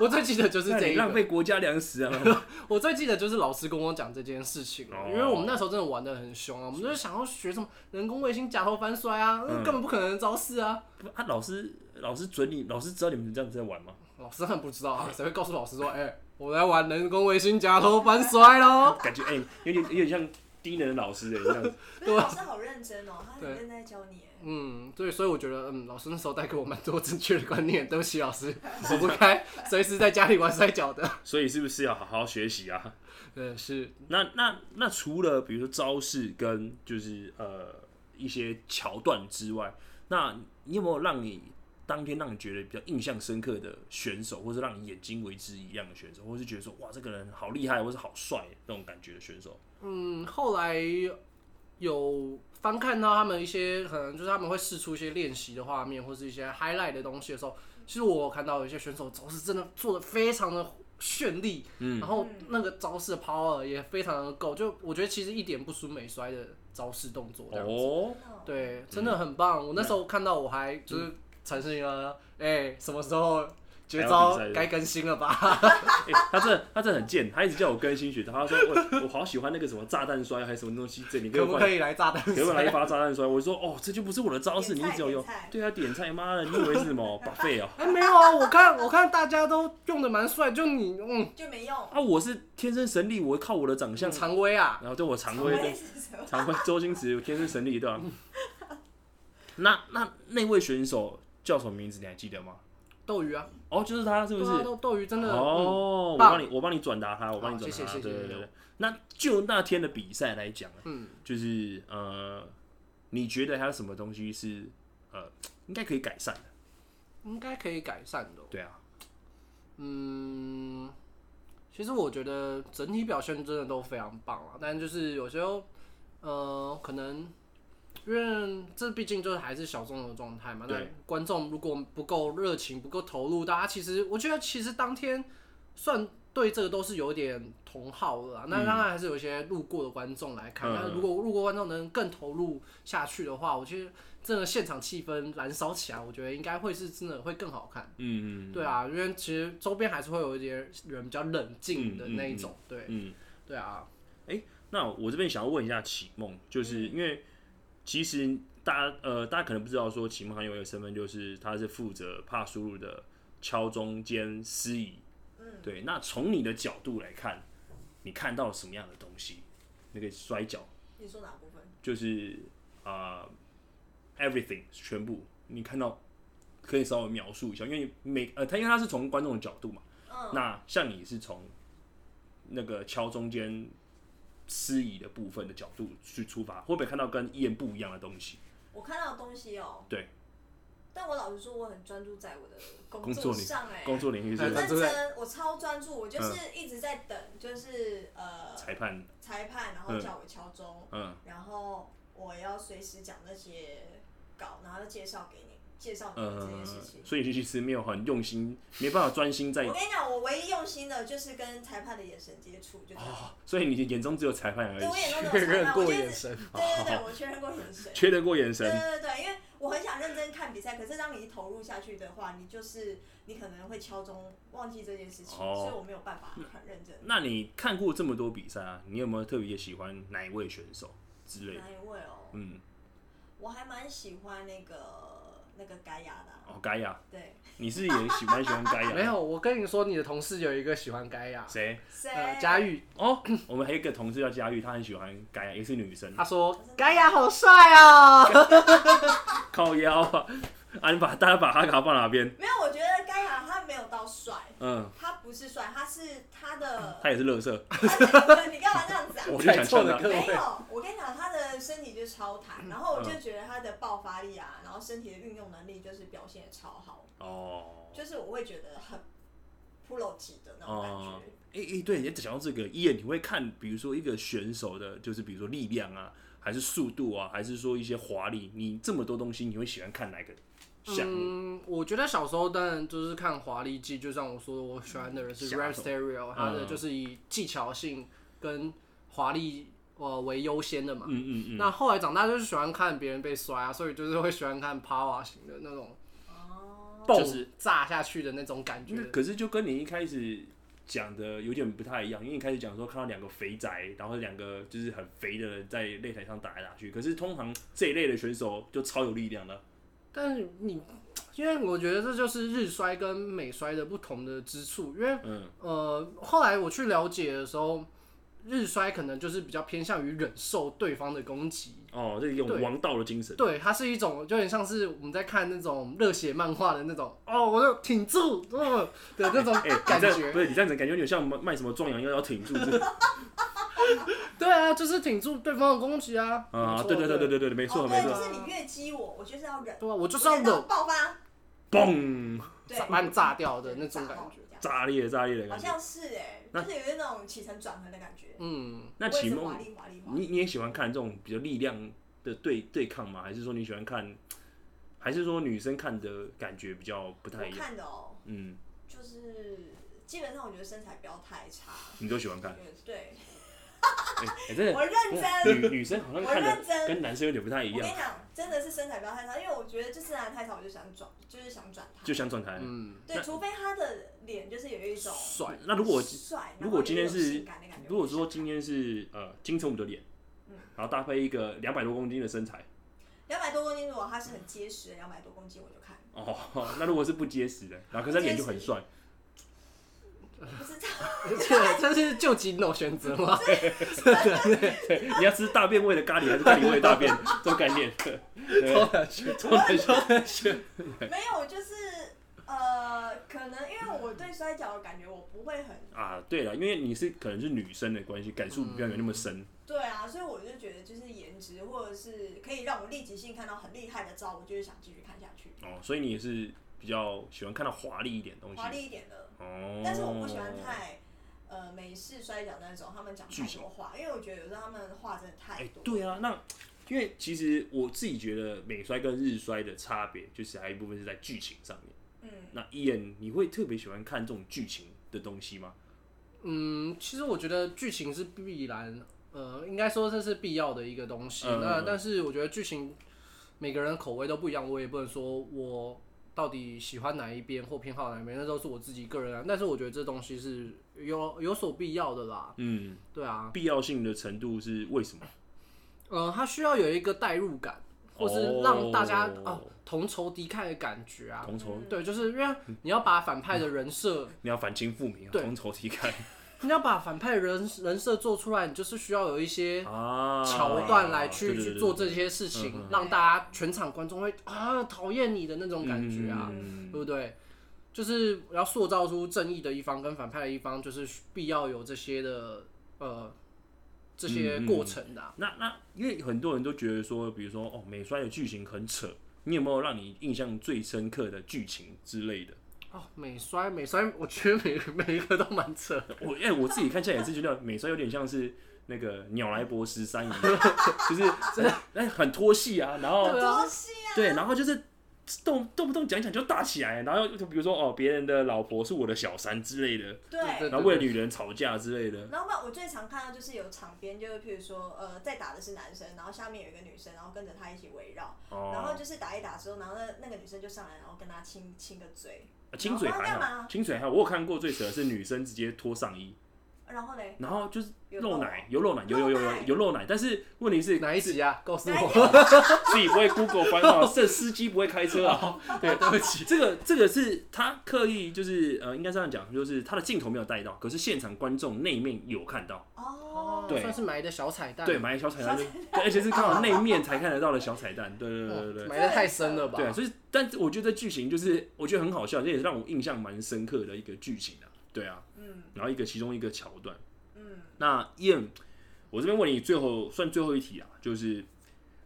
Speaker 3: 我最记得就
Speaker 1: [laughs]
Speaker 3: 是
Speaker 1: 那
Speaker 3: 这
Speaker 1: 你
Speaker 3: 一
Speaker 1: 浪
Speaker 3: 个，
Speaker 1: 费国家粮食啊！
Speaker 3: [laughs] 我最记得就是老师跟我讲这件事情
Speaker 1: 哦，
Speaker 3: 因为我们那时候真的玩的很凶啊，我们就是想要学什么人工卫星夹头翻摔啊，那根本不可能的招式啊。
Speaker 1: 不啊，老师老师准你，老师知道你们这样子在玩吗？
Speaker 3: 老师很不知道啊，谁会告诉老师说，哎，我来玩人工卫星夹头翻摔喽？
Speaker 1: 感觉哎、有点有点像低能的老师哎、这样子。
Speaker 2: 可是
Speaker 3: 对
Speaker 2: 老师好认真哦，他很
Speaker 3: 对
Speaker 2: 认真在教你耶。
Speaker 3: [laughs] 嗯，对，所以我觉得，嗯，老师那时候带给我蛮多正确的观念。对不起，老师，我不该随时在家里玩摔跤的。 [laughs]
Speaker 1: 所以是不是要好好学习啊？ [laughs]
Speaker 3: 嗯，是，
Speaker 1: 那那那除了比如说招式跟就是呃一些桥段之外，那你有没有让你当天让你觉得比较印象深刻的选手，或是让你眼睛为之一亮的选手，或是觉得说哇这个人好厉害，或是好帅那种感觉的选手？
Speaker 3: 嗯，后来有翻看到他们一些可能就是他们会试出一些练习的画面，或是一些 highlight 的东西的时候，其实我有看到有一些选手招式真的做的非常的绚丽，
Speaker 1: 嗯
Speaker 3: 然后那个招式的 power 也非常的够，就我觉得其实一点不输美摔的招式动作这样子。
Speaker 1: 哦，嗯
Speaker 2: 真的哦
Speaker 3: 对，真的很棒。我那时候看到，我还就是产生一个，哎、什么时候绝招
Speaker 1: 还要比赛
Speaker 3: 该更新了吧？
Speaker 1: 欸他这他这很贱，他一直叫我更新学的，他说我我好喜欢那个什么炸弹摔还是什么东西，这你给
Speaker 3: 可
Speaker 1: 我
Speaker 3: 不
Speaker 1: 换
Speaker 3: 可以来炸弹
Speaker 1: 给我来
Speaker 3: 赛？
Speaker 1: 一发炸弹摔，我说哦这就不是我的招式，你
Speaker 2: 点菜
Speaker 1: 只
Speaker 3: [laughs]
Speaker 1: 有用
Speaker 2: 点菜
Speaker 1: 对啊点菜，妈的你以为是什么 buffet 哦？
Speaker 3: 哎、没有啊，我看我看大家都用的蛮帅，就你，嗯，
Speaker 2: 就没用。
Speaker 1: 啊，我是天生神力，我靠我的长相
Speaker 3: 像，常威啊，
Speaker 1: 然后对我常
Speaker 2: 我
Speaker 1: 规
Speaker 2: 也
Speaker 1: 对
Speaker 2: 是什么？
Speaker 1: 常规周星驰天生神力对吧、 [laughs] 那那那位选手叫什么名字？你还记得吗？
Speaker 3: 斗鱼啊，
Speaker 1: 哦，就是他，是不是
Speaker 3: 对啊？斗斗鱼真的，嗯
Speaker 1: 哦，我
Speaker 3: 棒
Speaker 1: 帮你，我帮你转达他，我帮你转达他。
Speaker 3: 好谢谢
Speaker 1: 对
Speaker 3: 谢
Speaker 1: 对
Speaker 3: 谢
Speaker 1: 对对。那就那天的比赛来讲，啊
Speaker 3: 嗯，
Speaker 1: 就是呃，你觉得还有什么东西是呃，应该可以改善的？
Speaker 3: 嗯应该可以改善的哦。
Speaker 1: 对啊，
Speaker 3: 嗯，其实我觉得整体表现真的都非常棒啊，但就是有时候，呃，可能因为这毕竟就是还是小众的状态嘛，那
Speaker 1: 对
Speaker 3: 观众如果不够热情、不够投入，大家其实我觉得其实当天算。对这个都是有点同好了啊，那当然还是有一些路过的观众来看。
Speaker 1: 嗯
Speaker 3: 那、如果路过观众能更投入下去的话，我觉得真的现场气氛燃烧起来，我觉得应该会是真的会更好看。
Speaker 1: 嗯，
Speaker 3: 对啊，因嗯为其实周边还是会有一些人比较冷静的那一种，对
Speaker 1: 嗯，
Speaker 3: 对啊，
Speaker 1: 诶，那我这边想要问一下启梦，就是因为其实大家呃，大家可能不知道说启梦还有一个身份，就是他是负责帕输入的敲钟兼司仪。
Speaker 2: 嗯，
Speaker 1: 对，那从你的角度来看，你看到了什么样的东西？那个摔跤
Speaker 2: [laughs] 你说哪部分？
Speaker 1: 就是啊、呃、，everything 全部，你看到可以稍微描述一下，因为每呃，他因为他是从观众的角度嘛，
Speaker 2: 嗯，
Speaker 1: 那像你是从那个敲中间司仪的部分的角度去出发，会不会看到跟艺人不一样的东西？
Speaker 2: 我看到的东西哦、
Speaker 1: 对，
Speaker 2: 但我老实说，我很专注在我的
Speaker 1: 工作
Speaker 2: 作
Speaker 1: 里
Speaker 2: 上哎、
Speaker 1: 工作领域
Speaker 2: 很
Speaker 1: 是
Speaker 3: 哎
Speaker 2: 认真，我超专注，我就是一直在等，就是呃
Speaker 1: 裁判，
Speaker 2: 裁判，然后叫我敲钟，
Speaker 1: 嗯
Speaker 2: 然后我要随时讲那些稿，然后介绍给你，介绍你这
Speaker 1: 呃
Speaker 2: 些事情，。
Speaker 1: 所以你其实没有很用心，没办法专心在
Speaker 2: 我跟你讲，我唯一用心的就是跟裁判的眼神接触，就这样。
Speaker 1: 哦，所以你眼中只有裁判而
Speaker 2: 对，我
Speaker 1: 已，
Speaker 2: 眼中都有
Speaker 3: 确
Speaker 2: 裁
Speaker 3: 认
Speaker 2: 判，我
Speaker 3: 过
Speaker 2: 就
Speaker 3: 眼
Speaker 2: 是
Speaker 3: 神，
Speaker 2: 对对对，我确认过眼神。
Speaker 1: 缺得过眼
Speaker 2: 对
Speaker 1: 神。
Speaker 2: 对对对，因为我很想认真看比赛，可是当你一投入下去的话，你就是你可能会敲钟，忘记这件事情，
Speaker 1: 哦
Speaker 2: 所以我没有办法很认真。
Speaker 1: 那你看过这么多比赛啊，你有没有特别喜欢哪一位选手之类的？
Speaker 2: 哪一位哦？
Speaker 1: 嗯，
Speaker 2: 我还蛮喜欢那个那个盖亚的啊、
Speaker 1: 哦，盖亚，
Speaker 2: 对，
Speaker 1: 你是也喜蛮喜欢盖亚？
Speaker 3: [laughs] 没，有，我跟你说，你的同事有一个喜欢盖亚， [laughs]
Speaker 1: 谁？
Speaker 2: 谁？
Speaker 3: 呃，佳
Speaker 2: 玉，
Speaker 3: 玉，
Speaker 1: 哦，我们还有一个同事叫佳玉，她很喜欢盖亚，也是女生
Speaker 3: 她，说盖亚好帅 [laughs] 哦，
Speaker 1: 靠腰啊，啊，你把大家把哈卡放哪边？
Speaker 2: 没有，我觉得盖亚他没有到帅，
Speaker 1: 嗯，
Speaker 2: 他不是帅，他是他的
Speaker 1: 他，也是乐色，
Speaker 2: 你干嘛这样子啊？
Speaker 1: 我就想
Speaker 3: 错
Speaker 1: 呛
Speaker 3: 了
Speaker 1: 他。
Speaker 3: 各
Speaker 2: 没
Speaker 3: [laughs] 位，
Speaker 2: 有，我跟你讲，他的身体就是超弹，然后我就觉得他的爆发力啊，然后身体的运用能力就是表现的超好，
Speaker 1: 哦，
Speaker 2: 就是我会觉得很 pro 级的那种感觉
Speaker 1: 哦。诶诶，对，也讲到这个，一眼你会看，比如说一个选手的，就是比如说力量啊，还是速度啊，还是说一些华丽，你这么多东西，你会喜欢看哪一个项目？
Speaker 3: 嗯，我觉得小时候当然就是看华丽技，就像我说的，我喜欢的人是
Speaker 1: 小
Speaker 3: Rap
Speaker 1: 丑
Speaker 3: Stereo，他的
Speaker 1: 嗯
Speaker 3: 就是以技巧性跟华丽呃为优先的嘛。
Speaker 1: 嗯嗯嗯。
Speaker 3: 那后来长大就是喜欢看别人被摔啊，所以就是会喜欢看 Power 型的那种
Speaker 2: 哦，
Speaker 3: 蹦
Speaker 1: 是
Speaker 3: 炸下去的那种感觉
Speaker 1: 因为。可是就跟你一开始讲的有点不太一样，因为你一开始讲说看到两个肥宅，然后两个就是很肥的人在擂台上打来打去，可是通常这一类的选手就超有力量的，
Speaker 3: 但是你，因为我觉得这就是日摔跟美摔的不同的之处，因为
Speaker 1: 嗯，
Speaker 3: 呃，后来我去了解的时候，日摔可能就是比较偏向于忍受对方的攻击，
Speaker 1: 哦，这是一种
Speaker 3: 对
Speaker 1: 王道的精神，
Speaker 3: 对，它是一种就有点像是我们在看那种热血漫画的那种哦，我就挺住，嗯 [laughs] 的那种
Speaker 1: 哎、你
Speaker 3: 感
Speaker 1: 这
Speaker 3: 觉
Speaker 1: 样不。是你这样子感觉有点像卖卖什么壮阳药要挺住这个
Speaker 3: 对啊，就是挺住对方的攻击啊。
Speaker 1: 啊，
Speaker 3: 没错
Speaker 1: 对对对对。对对，没错
Speaker 2: 哦
Speaker 1: 没
Speaker 2: 对，
Speaker 1: 错
Speaker 2: 就，是你越激我，我就是要忍，
Speaker 3: 对啊，我
Speaker 2: 我
Speaker 3: 就是要
Speaker 2: 忍到
Speaker 3: 忍，
Speaker 2: 爆发，
Speaker 1: 嘣，
Speaker 2: 对，
Speaker 3: 把你炸掉的那种感觉。
Speaker 2: 觉。
Speaker 1: 炸裂炸裂的
Speaker 2: 好
Speaker 1: 感觉。
Speaker 2: 像是哎、
Speaker 1: 那
Speaker 2: 就是有一种起承转合的感觉。
Speaker 3: 嗯，
Speaker 1: 那
Speaker 2: 我也
Speaker 1: 启
Speaker 2: 是
Speaker 1: 梦
Speaker 2: 华，丽华丽华丽，
Speaker 1: 你你也喜欢看这种比较力量的对对抗吗？还是说你喜欢看？还是说女生看的感觉比较不太一
Speaker 2: 我
Speaker 1: 样？
Speaker 2: 看的哦，
Speaker 1: 嗯，
Speaker 2: 就是基本上我觉得身材不要
Speaker 1: [laughs]
Speaker 2: 太差。
Speaker 1: 你都喜欢看？
Speaker 2: 对，
Speaker 1: 哎、哎真的，
Speaker 2: 我认真，
Speaker 1: 女女生好像
Speaker 2: 我
Speaker 1: 看
Speaker 2: 认
Speaker 1: 的
Speaker 2: 真。
Speaker 1: 跟男生有点不 [laughs] 太一
Speaker 2: 我跟
Speaker 1: 样，
Speaker 2: 你讲，真的是身材不要太差，因为我觉得就是男太差，我就想转，就是想转他。
Speaker 1: 就想转台。
Speaker 3: 嗯，
Speaker 2: 对，除非他的脸就是有一种
Speaker 3: 帅。
Speaker 1: 那如果
Speaker 2: 帅，
Speaker 1: 如果今天
Speaker 2: 然后又有
Speaker 1: 是
Speaker 2: 性感的感觉
Speaker 1: 如果说今天是呃金城武的脸
Speaker 2: 嗯，
Speaker 1: 然后搭配一个两百多公斤的身材，
Speaker 2: 两百多公斤，如果他是很结实的两百多公斤，我
Speaker 1: [laughs]
Speaker 2: 就看。 [laughs]
Speaker 1: 哦，那如果是不结实的，然后可是他脸就很帅，
Speaker 2: 不是
Speaker 3: [laughs] 这这是就几种选择吗？ [laughs]
Speaker 1: 对，你要吃大便味的咖喱还是咖喱味的大
Speaker 2: [laughs]
Speaker 1: 便，这种概念，对对，超难笑，
Speaker 2: 没有，就是呃，可能因为我对摔跤的感觉我不会很
Speaker 1: [laughs] 啊，对了，因为你是可能是女生的关系，感触比较没那么深，
Speaker 2: 对啊，所以我就觉得就是颜值或者是可以让我立即性看到很厉害的招，我就是想继续看下去，
Speaker 1: 哦，所以你也是比较喜欢看到华丽一点的东西
Speaker 2: 华，丽一点的。
Speaker 1: 哦，
Speaker 2: 但是我不喜欢太呃美式摔跤那种，他们讲太多话，因为我觉得有时候他们话真的太
Speaker 1: 哎
Speaker 2: 多。，
Speaker 1: 对啊，那因为其实我自己觉得美衰跟日衰的差别，就是还有一部分是在剧情上面。
Speaker 2: 嗯，
Speaker 1: 那伊人你会特别喜欢看这种剧情的东西吗？
Speaker 3: 嗯，其实我觉得剧情是必然，呃，应该说这是必要的一个东西。
Speaker 1: 嗯
Speaker 3: 那但是我觉得剧情每个人口味都不一样，我也不能说我。到底喜欢哪一边或偏好哪一边，那都是我自己个人啊。但是我觉得这东西是有有所必要的啦，
Speaker 1: 嗯，
Speaker 3: 对啊，
Speaker 1: 必要性的程度是为什么？
Speaker 3: 呃，它需要有一个代入感，或是让大家
Speaker 1: 哦
Speaker 3: 啊同仇敌忾的感觉啊。
Speaker 1: 同仇，
Speaker 3: 对，就是因为你要把反派的人设，
Speaker 1: 你要反清复明啊，
Speaker 3: 对
Speaker 1: 同仇敌
Speaker 3: [laughs]
Speaker 1: 忾
Speaker 3: 你要把反派的人人设做出来，你就是需要有一些
Speaker 1: 啊，
Speaker 3: [laughs] 桥段来去、
Speaker 1: 对对对嗯
Speaker 3: 去做这些事情，让大家全场观众会啊讨厌你的那种感觉啊，
Speaker 1: 嗯
Speaker 3: 对不对？就是要塑造出正义的一方跟反派的一方，就是必要有这些的呃这些
Speaker 1: 嗯嗯
Speaker 3: 过程的啊、
Speaker 1: 那那因为很多人都觉得说，比如说哦，美衰的剧情很扯，你有没有让你印象最深刻的剧情之类的？
Speaker 3: 哦，美衰美衰，我觉得每个 [laughs] 每一个都蛮扯的。
Speaker 1: 我哎、我自己看起来也是觉得美衰有点像是那个鸟来博十三一样， [laughs] 就是真的哎很拖戏啊，然后
Speaker 3: 对啊
Speaker 2: 多戏啊，
Speaker 1: 对，然后就是动动不动讲一讲就打起来，然后就比如说哦，别人的老婆是我的小三之类的，
Speaker 3: 对
Speaker 2: 对。
Speaker 1: 然后为了女人吵架之类的，
Speaker 2: 然后我我最常看到就是有场边，就是譬如说，呃，在打的是男生，然后下面有一个女生，然后跟着他一起围绕，然后
Speaker 1: 哦，
Speaker 2: 就是打一打之后，然后那那个女生就上来，然后跟他亲亲个嘴，
Speaker 1: 啊清水还
Speaker 2: 然后干
Speaker 1: 好
Speaker 2: 嘛，
Speaker 1: 清水还好，我有看过最扯的是女生直接脱上衣，
Speaker 2: 然后嘞，
Speaker 1: 然后就是
Speaker 2: 有哦
Speaker 1: 漏
Speaker 2: 漏
Speaker 1: 奶，有漏奶，有有有有有漏奶，但是问题是
Speaker 3: 哪一集啊？告诉
Speaker 2: 哪一
Speaker 3: 我。
Speaker 1: [laughs] 自己不会 Google 翻 [laughs] 到，这哦司机不会开车啊。对，对不起，这个这个是他刻意就是呃，应该这样讲，就是他的镜头没有带到，可是现场观众那一面有看到，
Speaker 2: 哦，
Speaker 1: 对
Speaker 3: [laughs] 算是埋的小彩蛋。
Speaker 1: 对，嗯买小彩蛋，对而且是刚好那面才看得到的小彩蛋，对对对对对对。
Speaker 3: 埋的太深了吧？
Speaker 1: 对，所以但我觉得剧情就是我觉得很好笑，这也是让我印象蛮深刻的一个剧情啊。对啊，
Speaker 2: 嗯
Speaker 1: 然后一个其中一个桥段。
Speaker 2: 嗯，
Speaker 1: 那燕，我这边问你最后算最后一题啊，就是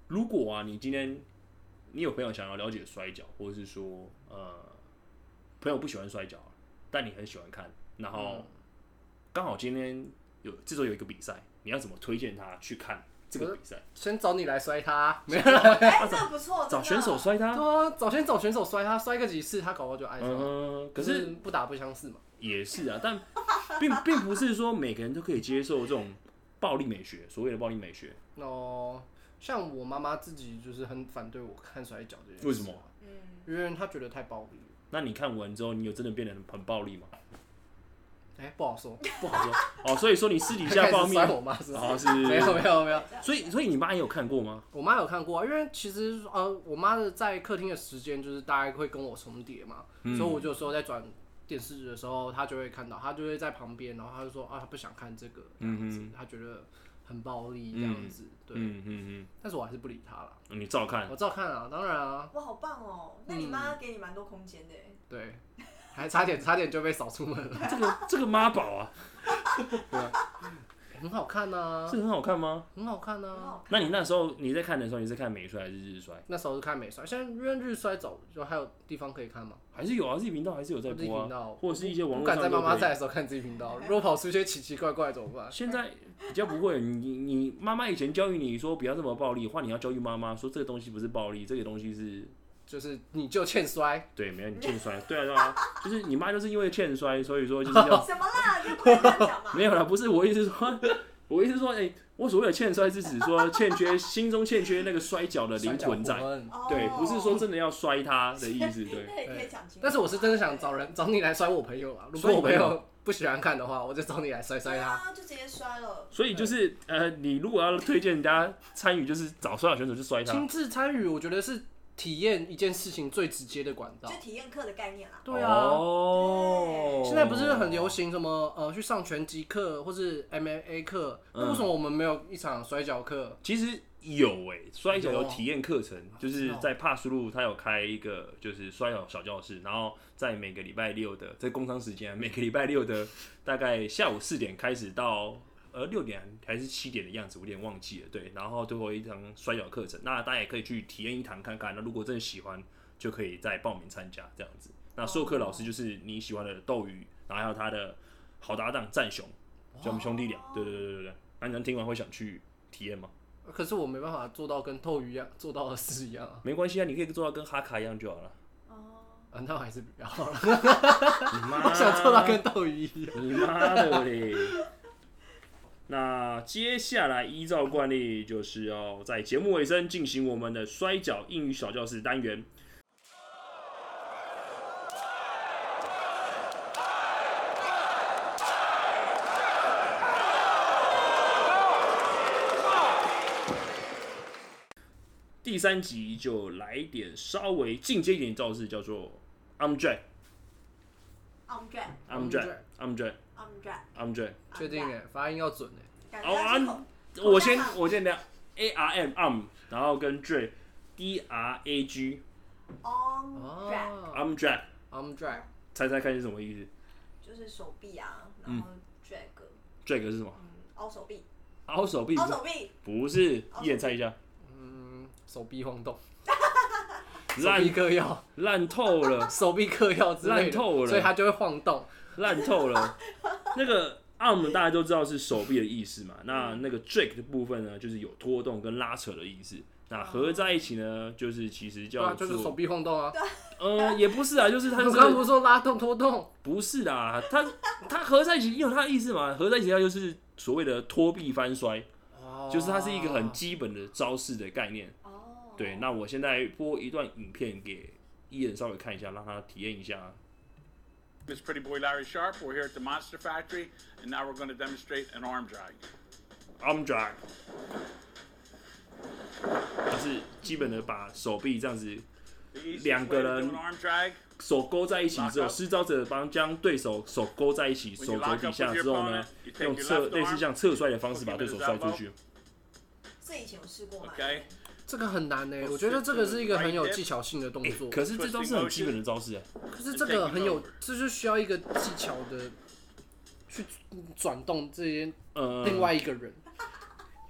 Speaker 1: 如果啊，你今天你有朋友想要了解摔跤，或者是说呃，朋友不喜欢摔跤，但你很喜欢看，然后
Speaker 3: 嗯
Speaker 1: 刚好今天有这周有一个比赛，你要怎么推荐他去看这个比赛？
Speaker 3: 先找你来摔他，没有
Speaker 1: [laughs]
Speaker 2: 哎，这个不错，
Speaker 1: 找选手
Speaker 2: 真的
Speaker 1: 摔他，
Speaker 3: 哦对啊，早先找选手摔他，摔个几次，他搞不好就爱上了。
Speaker 1: 嗯，可
Speaker 3: 就是
Speaker 1: 是
Speaker 3: 不打不相识嘛。
Speaker 1: 也是啊，但并并不是说每个人都可以接受这种暴力美学，所谓的暴力美学，
Speaker 3: 哦，像我妈妈自己就是很反对我看摔跤这件事。啊
Speaker 1: 为什么？
Speaker 2: 嗯，
Speaker 3: 因为她觉得太暴力了。
Speaker 1: 那你看完之后，你有真的变得很很暴力吗？
Speaker 3: 哎、不
Speaker 1: [laughs]
Speaker 3: 好说。
Speaker 1: 不好说哦，所以说你私底
Speaker 3: 你
Speaker 1: 下报密
Speaker 3: 摔我妈是吧？
Speaker 1: 哦是，
Speaker 3: 没有没有没有，
Speaker 1: 所以所以你妈也有看过吗？
Speaker 3: 我妈有看过啊，因为其实呃，我妈的在客厅的时间就是大概会跟我重叠嘛，
Speaker 1: 嗯
Speaker 3: 所以我就说在转电视的时候，她就会看到，她就会在旁边，然后她就说啊，她不想看这个这样子
Speaker 1: 嗯，
Speaker 3: 她觉得很暴力这样子，对，
Speaker 1: 嗯嗯
Speaker 3: 但是我还是不理她了，
Speaker 1: 嗯，你照看，
Speaker 3: 我照看啊，当然啊，
Speaker 2: 哇，好棒哦！那你妈给你蛮多空间的耶，
Speaker 3: 对，还差点差点就被扫出门了，
Speaker 1: 这个这个妈宝啊，
Speaker 3: 很好看呐、啊
Speaker 1: 是，很好看吗？
Speaker 3: 很好看呐、
Speaker 2: 很
Speaker 3: 啊。
Speaker 2: 好看。
Speaker 1: 那你那时候你在看的时候，你是看美摔还是日摔？
Speaker 3: 那时候是看美摔，现在因为日摔走，就还有地方可以看吗？
Speaker 1: 还是有啊，自己频道还是有在
Speaker 3: 自己
Speaker 1: 播
Speaker 3: 频
Speaker 1: 啊，
Speaker 3: 道，
Speaker 1: 或者是一些网络
Speaker 3: 不敢
Speaker 1: 上
Speaker 3: 在妈
Speaker 1: 都
Speaker 3: 妈
Speaker 1: 可
Speaker 3: 在
Speaker 1: 以。
Speaker 3: 的时候看自己频道，如果跑出一些奇奇怪怪怎么办？
Speaker 1: 现在比较不会，你你你妈妈以前教育你说不要这么暴力，换你要教育妈妈说这个东西不是暴力，这个东西是
Speaker 3: 就是你就欠摔，
Speaker 1: 对，没有你欠摔，对啊对啊，就是你妈就是因为欠摔，所以说就是要
Speaker 2: 什么啦？就不能这样讲嘛。
Speaker 1: [laughs] 没有啦，不是我意思是说， [laughs] 我意思是说，哎、我所谓的欠摔是指说欠缺心中欠缺那个摔跤的呃灵魂在，
Speaker 3: 在。
Speaker 2: 哦
Speaker 1: 对，不是说真的要摔他的意思，
Speaker 3: [laughs]
Speaker 1: 对。
Speaker 2: 那也可以讲清楚。
Speaker 3: 但是我是真的想找人找你来摔我朋友啊，如果我朋友不喜欢看的话，我就找你来摔摔
Speaker 2: 对
Speaker 3: 他。
Speaker 2: 啊，就直接摔了。
Speaker 1: 所以就是呃，你如果要推荐人家参与，就是找摔跤选手去摔他。
Speaker 3: 亲自参与，我觉得是体验一件事情最直接的管道
Speaker 2: 就。体验课的概念啦。
Speaker 3: 对啊，
Speaker 1: 哦，
Speaker 3: 现在不是很流行什么呃去上拳击课或是 MMA 课，
Speaker 1: 嗯
Speaker 3: 那为什么我们没有一场摔跤课？
Speaker 1: 其实有哎、摔跤
Speaker 3: 有
Speaker 1: 有
Speaker 3: 啊
Speaker 1: 体验课程，就是在帕斯路，他有开一个就是摔跤小教室，然后在每个礼拜六的在工商时间啊，每个礼拜六的大概下午四点开始到呃六点还是七点的样子，我有点忘记了。对，然后最后一堂摔跤课程，那大家也可以去体验一堂看看。那如果真的喜欢，就可以再报名参加这样子。那授课老师就是你喜欢的斗鱼，然后还有他的好搭档战雄，就我们兄弟俩。对对对对对对。那你能听完会想去体验吗？
Speaker 3: 可是我没办法做到跟斗鱼一样做到的事一样啊， [laughs]
Speaker 1: 没关系啊，你可以做到跟哈卡一样就好了。
Speaker 2: 哦，
Speaker 3: 啊那我还是不要了，
Speaker 1: 你妈
Speaker 3: 我想做到跟斗鱼
Speaker 1: [laughs]
Speaker 3: 一样。
Speaker 1: 你妈的嘞！ [laughs] 那接下来依照惯例，就是要在节目尾声进行我们的摔跤英语小教室单元。第三集就来一点稍微进阶一点的招式，叫做 I'm Jack。
Speaker 2: I'm Jack
Speaker 1: I'm Jack。I'm Jack。
Speaker 2: I'm Jack，
Speaker 1: I'm Jack。
Speaker 3: 确定哎，发音要准哎。
Speaker 2: 感
Speaker 1: 哦
Speaker 2: 觉他是
Speaker 1: 啊
Speaker 2: 口
Speaker 1: 我先我先聊 A R M arm，然后跟 Drag D R A G
Speaker 2: On Jack，
Speaker 3: 哦
Speaker 1: arm drag，
Speaker 3: ，I'm drag，
Speaker 1: 猜猜看是什么意思
Speaker 2: 就是手臂啊，然
Speaker 1: 嗯
Speaker 2: 后 Jack，
Speaker 1: ？Drag 是什么？
Speaker 2: 嗯，凹手臂，
Speaker 1: 凹手臂？
Speaker 2: 凹手臂，
Speaker 1: 不是
Speaker 2: 凹手，臂
Speaker 1: 一眼猜一下，
Speaker 3: 嗯，手臂晃动，手
Speaker 1: 烂
Speaker 3: 臂嗑药， [laughs]
Speaker 1: 烂透了，
Speaker 3: 手臂嗑药之类
Speaker 1: 烂
Speaker 3: 的，
Speaker 1: 透了
Speaker 3: 所以它就会晃动。
Speaker 1: 烂透了。那个 arm 大家都知道是手臂的意思嘛，那那个 drag 的部分呢，就是有拖动跟拉扯的意思。那合在一起呢，就是其实
Speaker 3: 对
Speaker 1: 叫
Speaker 3: 啊，就是手
Speaker 1: 做，
Speaker 3: 臂晃动啊。
Speaker 1: 呃，也不是啊，就是它
Speaker 3: 我
Speaker 1: 就
Speaker 3: 刚刚
Speaker 1: 是
Speaker 3: 不是说拉动拖动？
Speaker 1: 不是啦，它它合在一起，因为它的意思嘛，合在一起它就是所谓的托臂翻摔，就是它是一个很
Speaker 3: 啊
Speaker 1: 基本的招式的概念。
Speaker 2: 哦，
Speaker 1: 对，那我现在播一段影片给伊人稍微看一下，让他体验一下。
Speaker 4: It's Pretty Boy Larry Sharp. We're here at the Monster Factory, and now we're going to demonstrate an arm drag.
Speaker 1: arm drag，就是基本的把手臂这样子
Speaker 4: The easiest
Speaker 1: Liang
Speaker 4: way to do
Speaker 1: Guoren.
Speaker 4: an arm drag
Speaker 1: 手勾在一起之后，
Speaker 4: Lock up
Speaker 1: 施招者帮将对手手勾在一起，
Speaker 4: When
Speaker 1: 手
Speaker 4: you
Speaker 1: 肘
Speaker 4: lock
Speaker 1: 底
Speaker 4: up
Speaker 1: 下
Speaker 4: with
Speaker 1: 之
Speaker 4: your
Speaker 1: 后呢
Speaker 4: opponent,，you take
Speaker 1: 用
Speaker 4: your
Speaker 1: 侧
Speaker 4: left
Speaker 1: 类似
Speaker 4: arm,
Speaker 1: 像侧摔的方式
Speaker 4: hook
Speaker 1: 把
Speaker 4: him
Speaker 1: 对
Speaker 4: with
Speaker 1: 手
Speaker 4: his
Speaker 1: 摔出
Speaker 4: elbow
Speaker 1: 去。
Speaker 2: 这以前有试过吗
Speaker 4: okay?
Speaker 3: 这个很难呢、欸我觉得这个是一个很有技巧性的动
Speaker 1: 哎
Speaker 3: 作。
Speaker 1: 可是这招是很基本的招式哎，
Speaker 3: 可是这个很有，这就需要一个技巧的去嗯转动这些
Speaker 1: 呃，
Speaker 3: 另外一个人，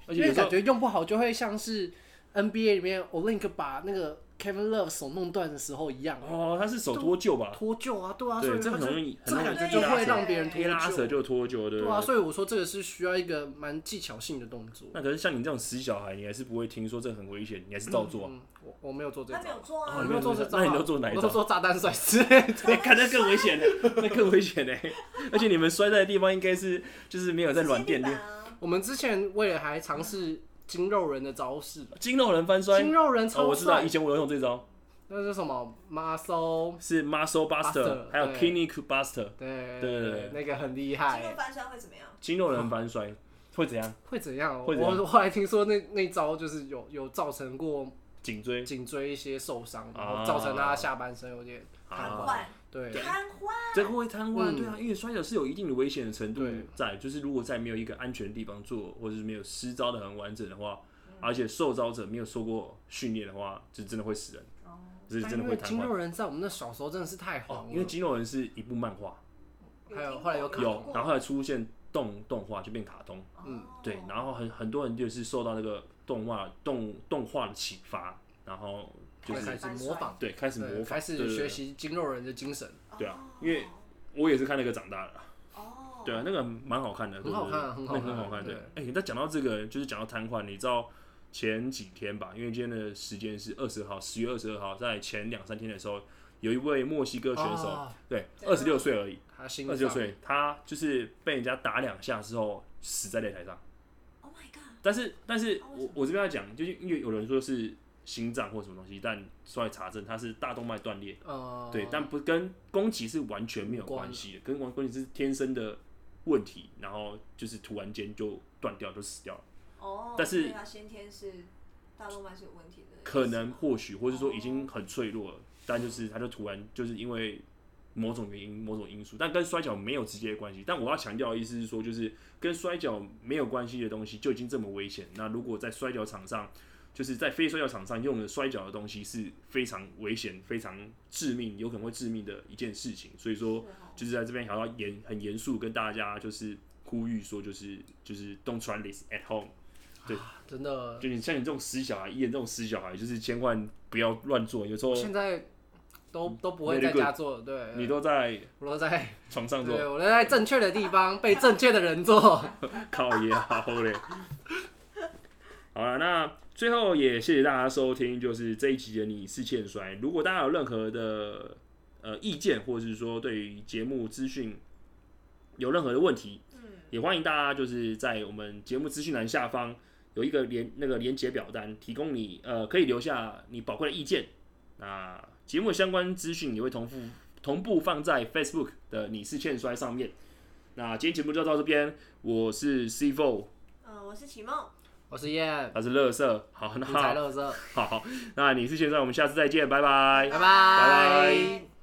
Speaker 1: 而
Speaker 3: 因
Speaker 1: 且有
Speaker 3: 为
Speaker 1: 时
Speaker 3: 感
Speaker 1: 候
Speaker 3: 觉用不好就会像是 NBA 里面 Olink 把那个 Kevin Love 手弄断的时候一样，
Speaker 1: 哦，他是手脱臼吧？
Speaker 3: 脱臼啊，对啊，
Speaker 1: 对
Speaker 3: 所以
Speaker 1: 这
Speaker 3: 他
Speaker 1: 很
Speaker 3: 就
Speaker 1: 容易
Speaker 3: 这
Speaker 1: 很容
Speaker 3: 感
Speaker 1: 易
Speaker 3: 觉
Speaker 1: 就
Speaker 3: 就会
Speaker 1: 拉扯
Speaker 3: 让别人脱
Speaker 1: 一拉扯
Speaker 3: 臼，
Speaker 1: 就脱臼，对不
Speaker 3: 对啊，
Speaker 1: 对？
Speaker 3: 所以我说这个是需要一个蛮技巧性的动作。
Speaker 1: 那可是像你这种死小孩，你还是不会听说这很危险，你还是照做啊。
Speaker 3: 嗯，我我没有做这
Speaker 2: 他没
Speaker 3: 招
Speaker 2: 有。做
Speaker 1: 哦
Speaker 2: 啊
Speaker 1: 你
Speaker 3: 我
Speaker 1: 没
Speaker 3: 没
Speaker 1: 有
Speaker 3: 有做这招啊，
Speaker 1: 那你都做哪一
Speaker 3: 我
Speaker 1: 招
Speaker 3: 都做炸弹摔之类的。
Speaker 1: [laughs] 那看那更危险的，那更危险的。而且你们摔在的地方应该是就是没有在软垫
Speaker 2: 板
Speaker 1: 垫，
Speaker 2: 啊，
Speaker 3: [laughs] 我们之前为了还尝试筋肉人的招式，
Speaker 1: 筋肉人翻摔。
Speaker 3: 筋肉人
Speaker 1: 哦，
Speaker 3: 超
Speaker 1: 我知道，
Speaker 3: 帅
Speaker 1: 以，前我有用这招，
Speaker 3: 那是什么 muscle？
Speaker 1: 是 muscle buster，
Speaker 3: Buster，
Speaker 1: 还有
Speaker 3: 对
Speaker 1: kidney buster，对
Speaker 3: 对
Speaker 1: 对对
Speaker 3: 那个很厉
Speaker 2: 肌肉
Speaker 3: 害。
Speaker 2: 翻身会怎么样？
Speaker 1: 筋肉人翻
Speaker 3: 哦
Speaker 1: 摔会怎样？
Speaker 3: 会怎样？
Speaker 1: 会怎样
Speaker 3: 我后来听说那那招就是有有造成过
Speaker 1: 颈椎
Speaker 3: 颈椎一些受伤，然
Speaker 1: 啊
Speaker 3: 后造成他下半身有点
Speaker 2: 瘫
Speaker 1: 啊
Speaker 2: 痪，
Speaker 3: 对
Speaker 2: 瘫痪，
Speaker 1: 这个会瘫痪，
Speaker 3: 嗯
Speaker 1: 对啊，因为摔跤是有一定的危险的程度
Speaker 3: 对
Speaker 1: 在，就是如果在没有一个安全的地方做，或者是没有施招的很完整的话，
Speaker 3: 嗯
Speaker 1: 而且受招者没有受过训练的话，就真的会死人，
Speaker 2: 哦
Speaker 1: 这是
Speaker 3: 但
Speaker 1: 真的
Speaker 3: 因
Speaker 1: 会
Speaker 3: 为
Speaker 1: 瘫
Speaker 3: 筋
Speaker 1: 痪
Speaker 3: 肉。人在我们那小时候真的是太
Speaker 1: 哦
Speaker 3: 红，
Speaker 1: 因为
Speaker 3: 了，哦
Speaker 1: 筋肉人是一部漫画，
Speaker 3: 还有
Speaker 2: 听
Speaker 3: 后来
Speaker 2: 过
Speaker 3: 有卡
Speaker 2: 听
Speaker 1: 有
Speaker 2: 过，
Speaker 1: 然后后来出现动动画就变卡通，
Speaker 3: 嗯
Speaker 2: 哦
Speaker 1: 对，然后很很多人就是受到那个动画动动画的启发，然后就
Speaker 3: 就是开始模仿，
Speaker 1: 对开始模仿，
Speaker 3: 对开
Speaker 1: 对
Speaker 3: 始
Speaker 1: 对对
Speaker 3: 学习筋肉人的精神，
Speaker 1: 对啊因为我也是看那个长大的啦，
Speaker 2: 哦，
Speaker 1: 对啊，那个蛮好看的，
Speaker 3: 很好看啊
Speaker 1: 对
Speaker 3: 很
Speaker 1: 不
Speaker 3: 好
Speaker 1: 对
Speaker 3: 看
Speaker 1: 那个很好看
Speaker 3: 对
Speaker 1: 的。哎，那讲到这个，就是讲到瘫痪，你知道前几天吧？因为今天的时间是二十号，十月二十二号，在前两三天的时候，有一位墨西哥选手，
Speaker 3: 哦
Speaker 1: 对，
Speaker 2: 对
Speaker 1: 二十六岁而已，
Speaker 3: 他心
Speaker 1: 二十六
Speaker 3: 脏
Speaker 1: 岁，他就是被人家打两下之后死在擂台上。
Speaker 2: ，Oh my god，
Speaker 1: 但是，但哦是
Speaker 2: 啊为什
Speaker 1: 我
Speaker 2: 么
Speaker 1: 我这边要讲，就是因为有人说是心脏或什么东西，但后来查证他是大动脉断裂，
Speaker 3: 呃，
Speaker 1: 对，但不跟宫崎是完全没有哦关系的，跟宫崎是天生的问题，然后就是突然间就断掉，就死掉了，
Speaker 2: 哦，
Speaker 1: 但是
Speaker 2: 所以他先天是大动脉是有问题的，
Speaker 1: 可能或许或是说已经很脆弱了，但就是他就突然就是因为某种原因、某种因素，但跟摔跤没有直接的关系。但我要强调的意思是说，就是跟摔跤没有关系的东西就已经这么危险，那如果在摔跤场上。就是在非摔跤场上用的摔跤的东西是非常危险、非常致命，有可能会致命的一件事情。所以说，
Speaker 2: 是哦
Speaker 1: 就是在这边还要严很严肃跟大家就是呼吁说，就是就是 don't try this at home。
Speaker 3: 真的
Speaker 1: 就你像你这种死小孩，一眼这种死小孩，就是千万不要乱做。有时候
Speaker 3: 现在都都不会在
Speaker 1: Very good
Speaker 3: 家做，对，
Speaker 1: 你都在
Speaker 3: 我都在
Speaker 1: 床上
Speaker 3: 对，
Speaker 1: 做，
Speaker 3: 我都在正确的地方被正确的人做。
Speaker 1: [laughs] 靠也好嘞。 [laughs] 好了，那最后也谢谢大家收听，就是这一集的你是欠摔。如果大家有任何的呃意见，或者是说对于节目资讯有任何的问题，
Speaker 2: 嗯，
Speaker 1: 也欢迎大家就是在我们节目资讯栏下方有一个连那个连接表单，提供你呃可以留下你宝贵的意见。那节目相关资讯也会同步同步放在 Facebook 的你是欠摔上面。那今天节目就到这边，我是 C Four，
Speaker 2: 嗯，我是启梦，
Speaker 3: 我我是燕，
Speaker 1: 他是乐色。好，
Speaker 3: 你才
Speaker 1: 那
Speaker 3: 乐色，
Speaker 1: 好，那你是先生，我们下次再见，拜拜
Speaker 2: 拜
Speaker 3: 拜。
Speaker 1: 拜
Speaker 3: 拜。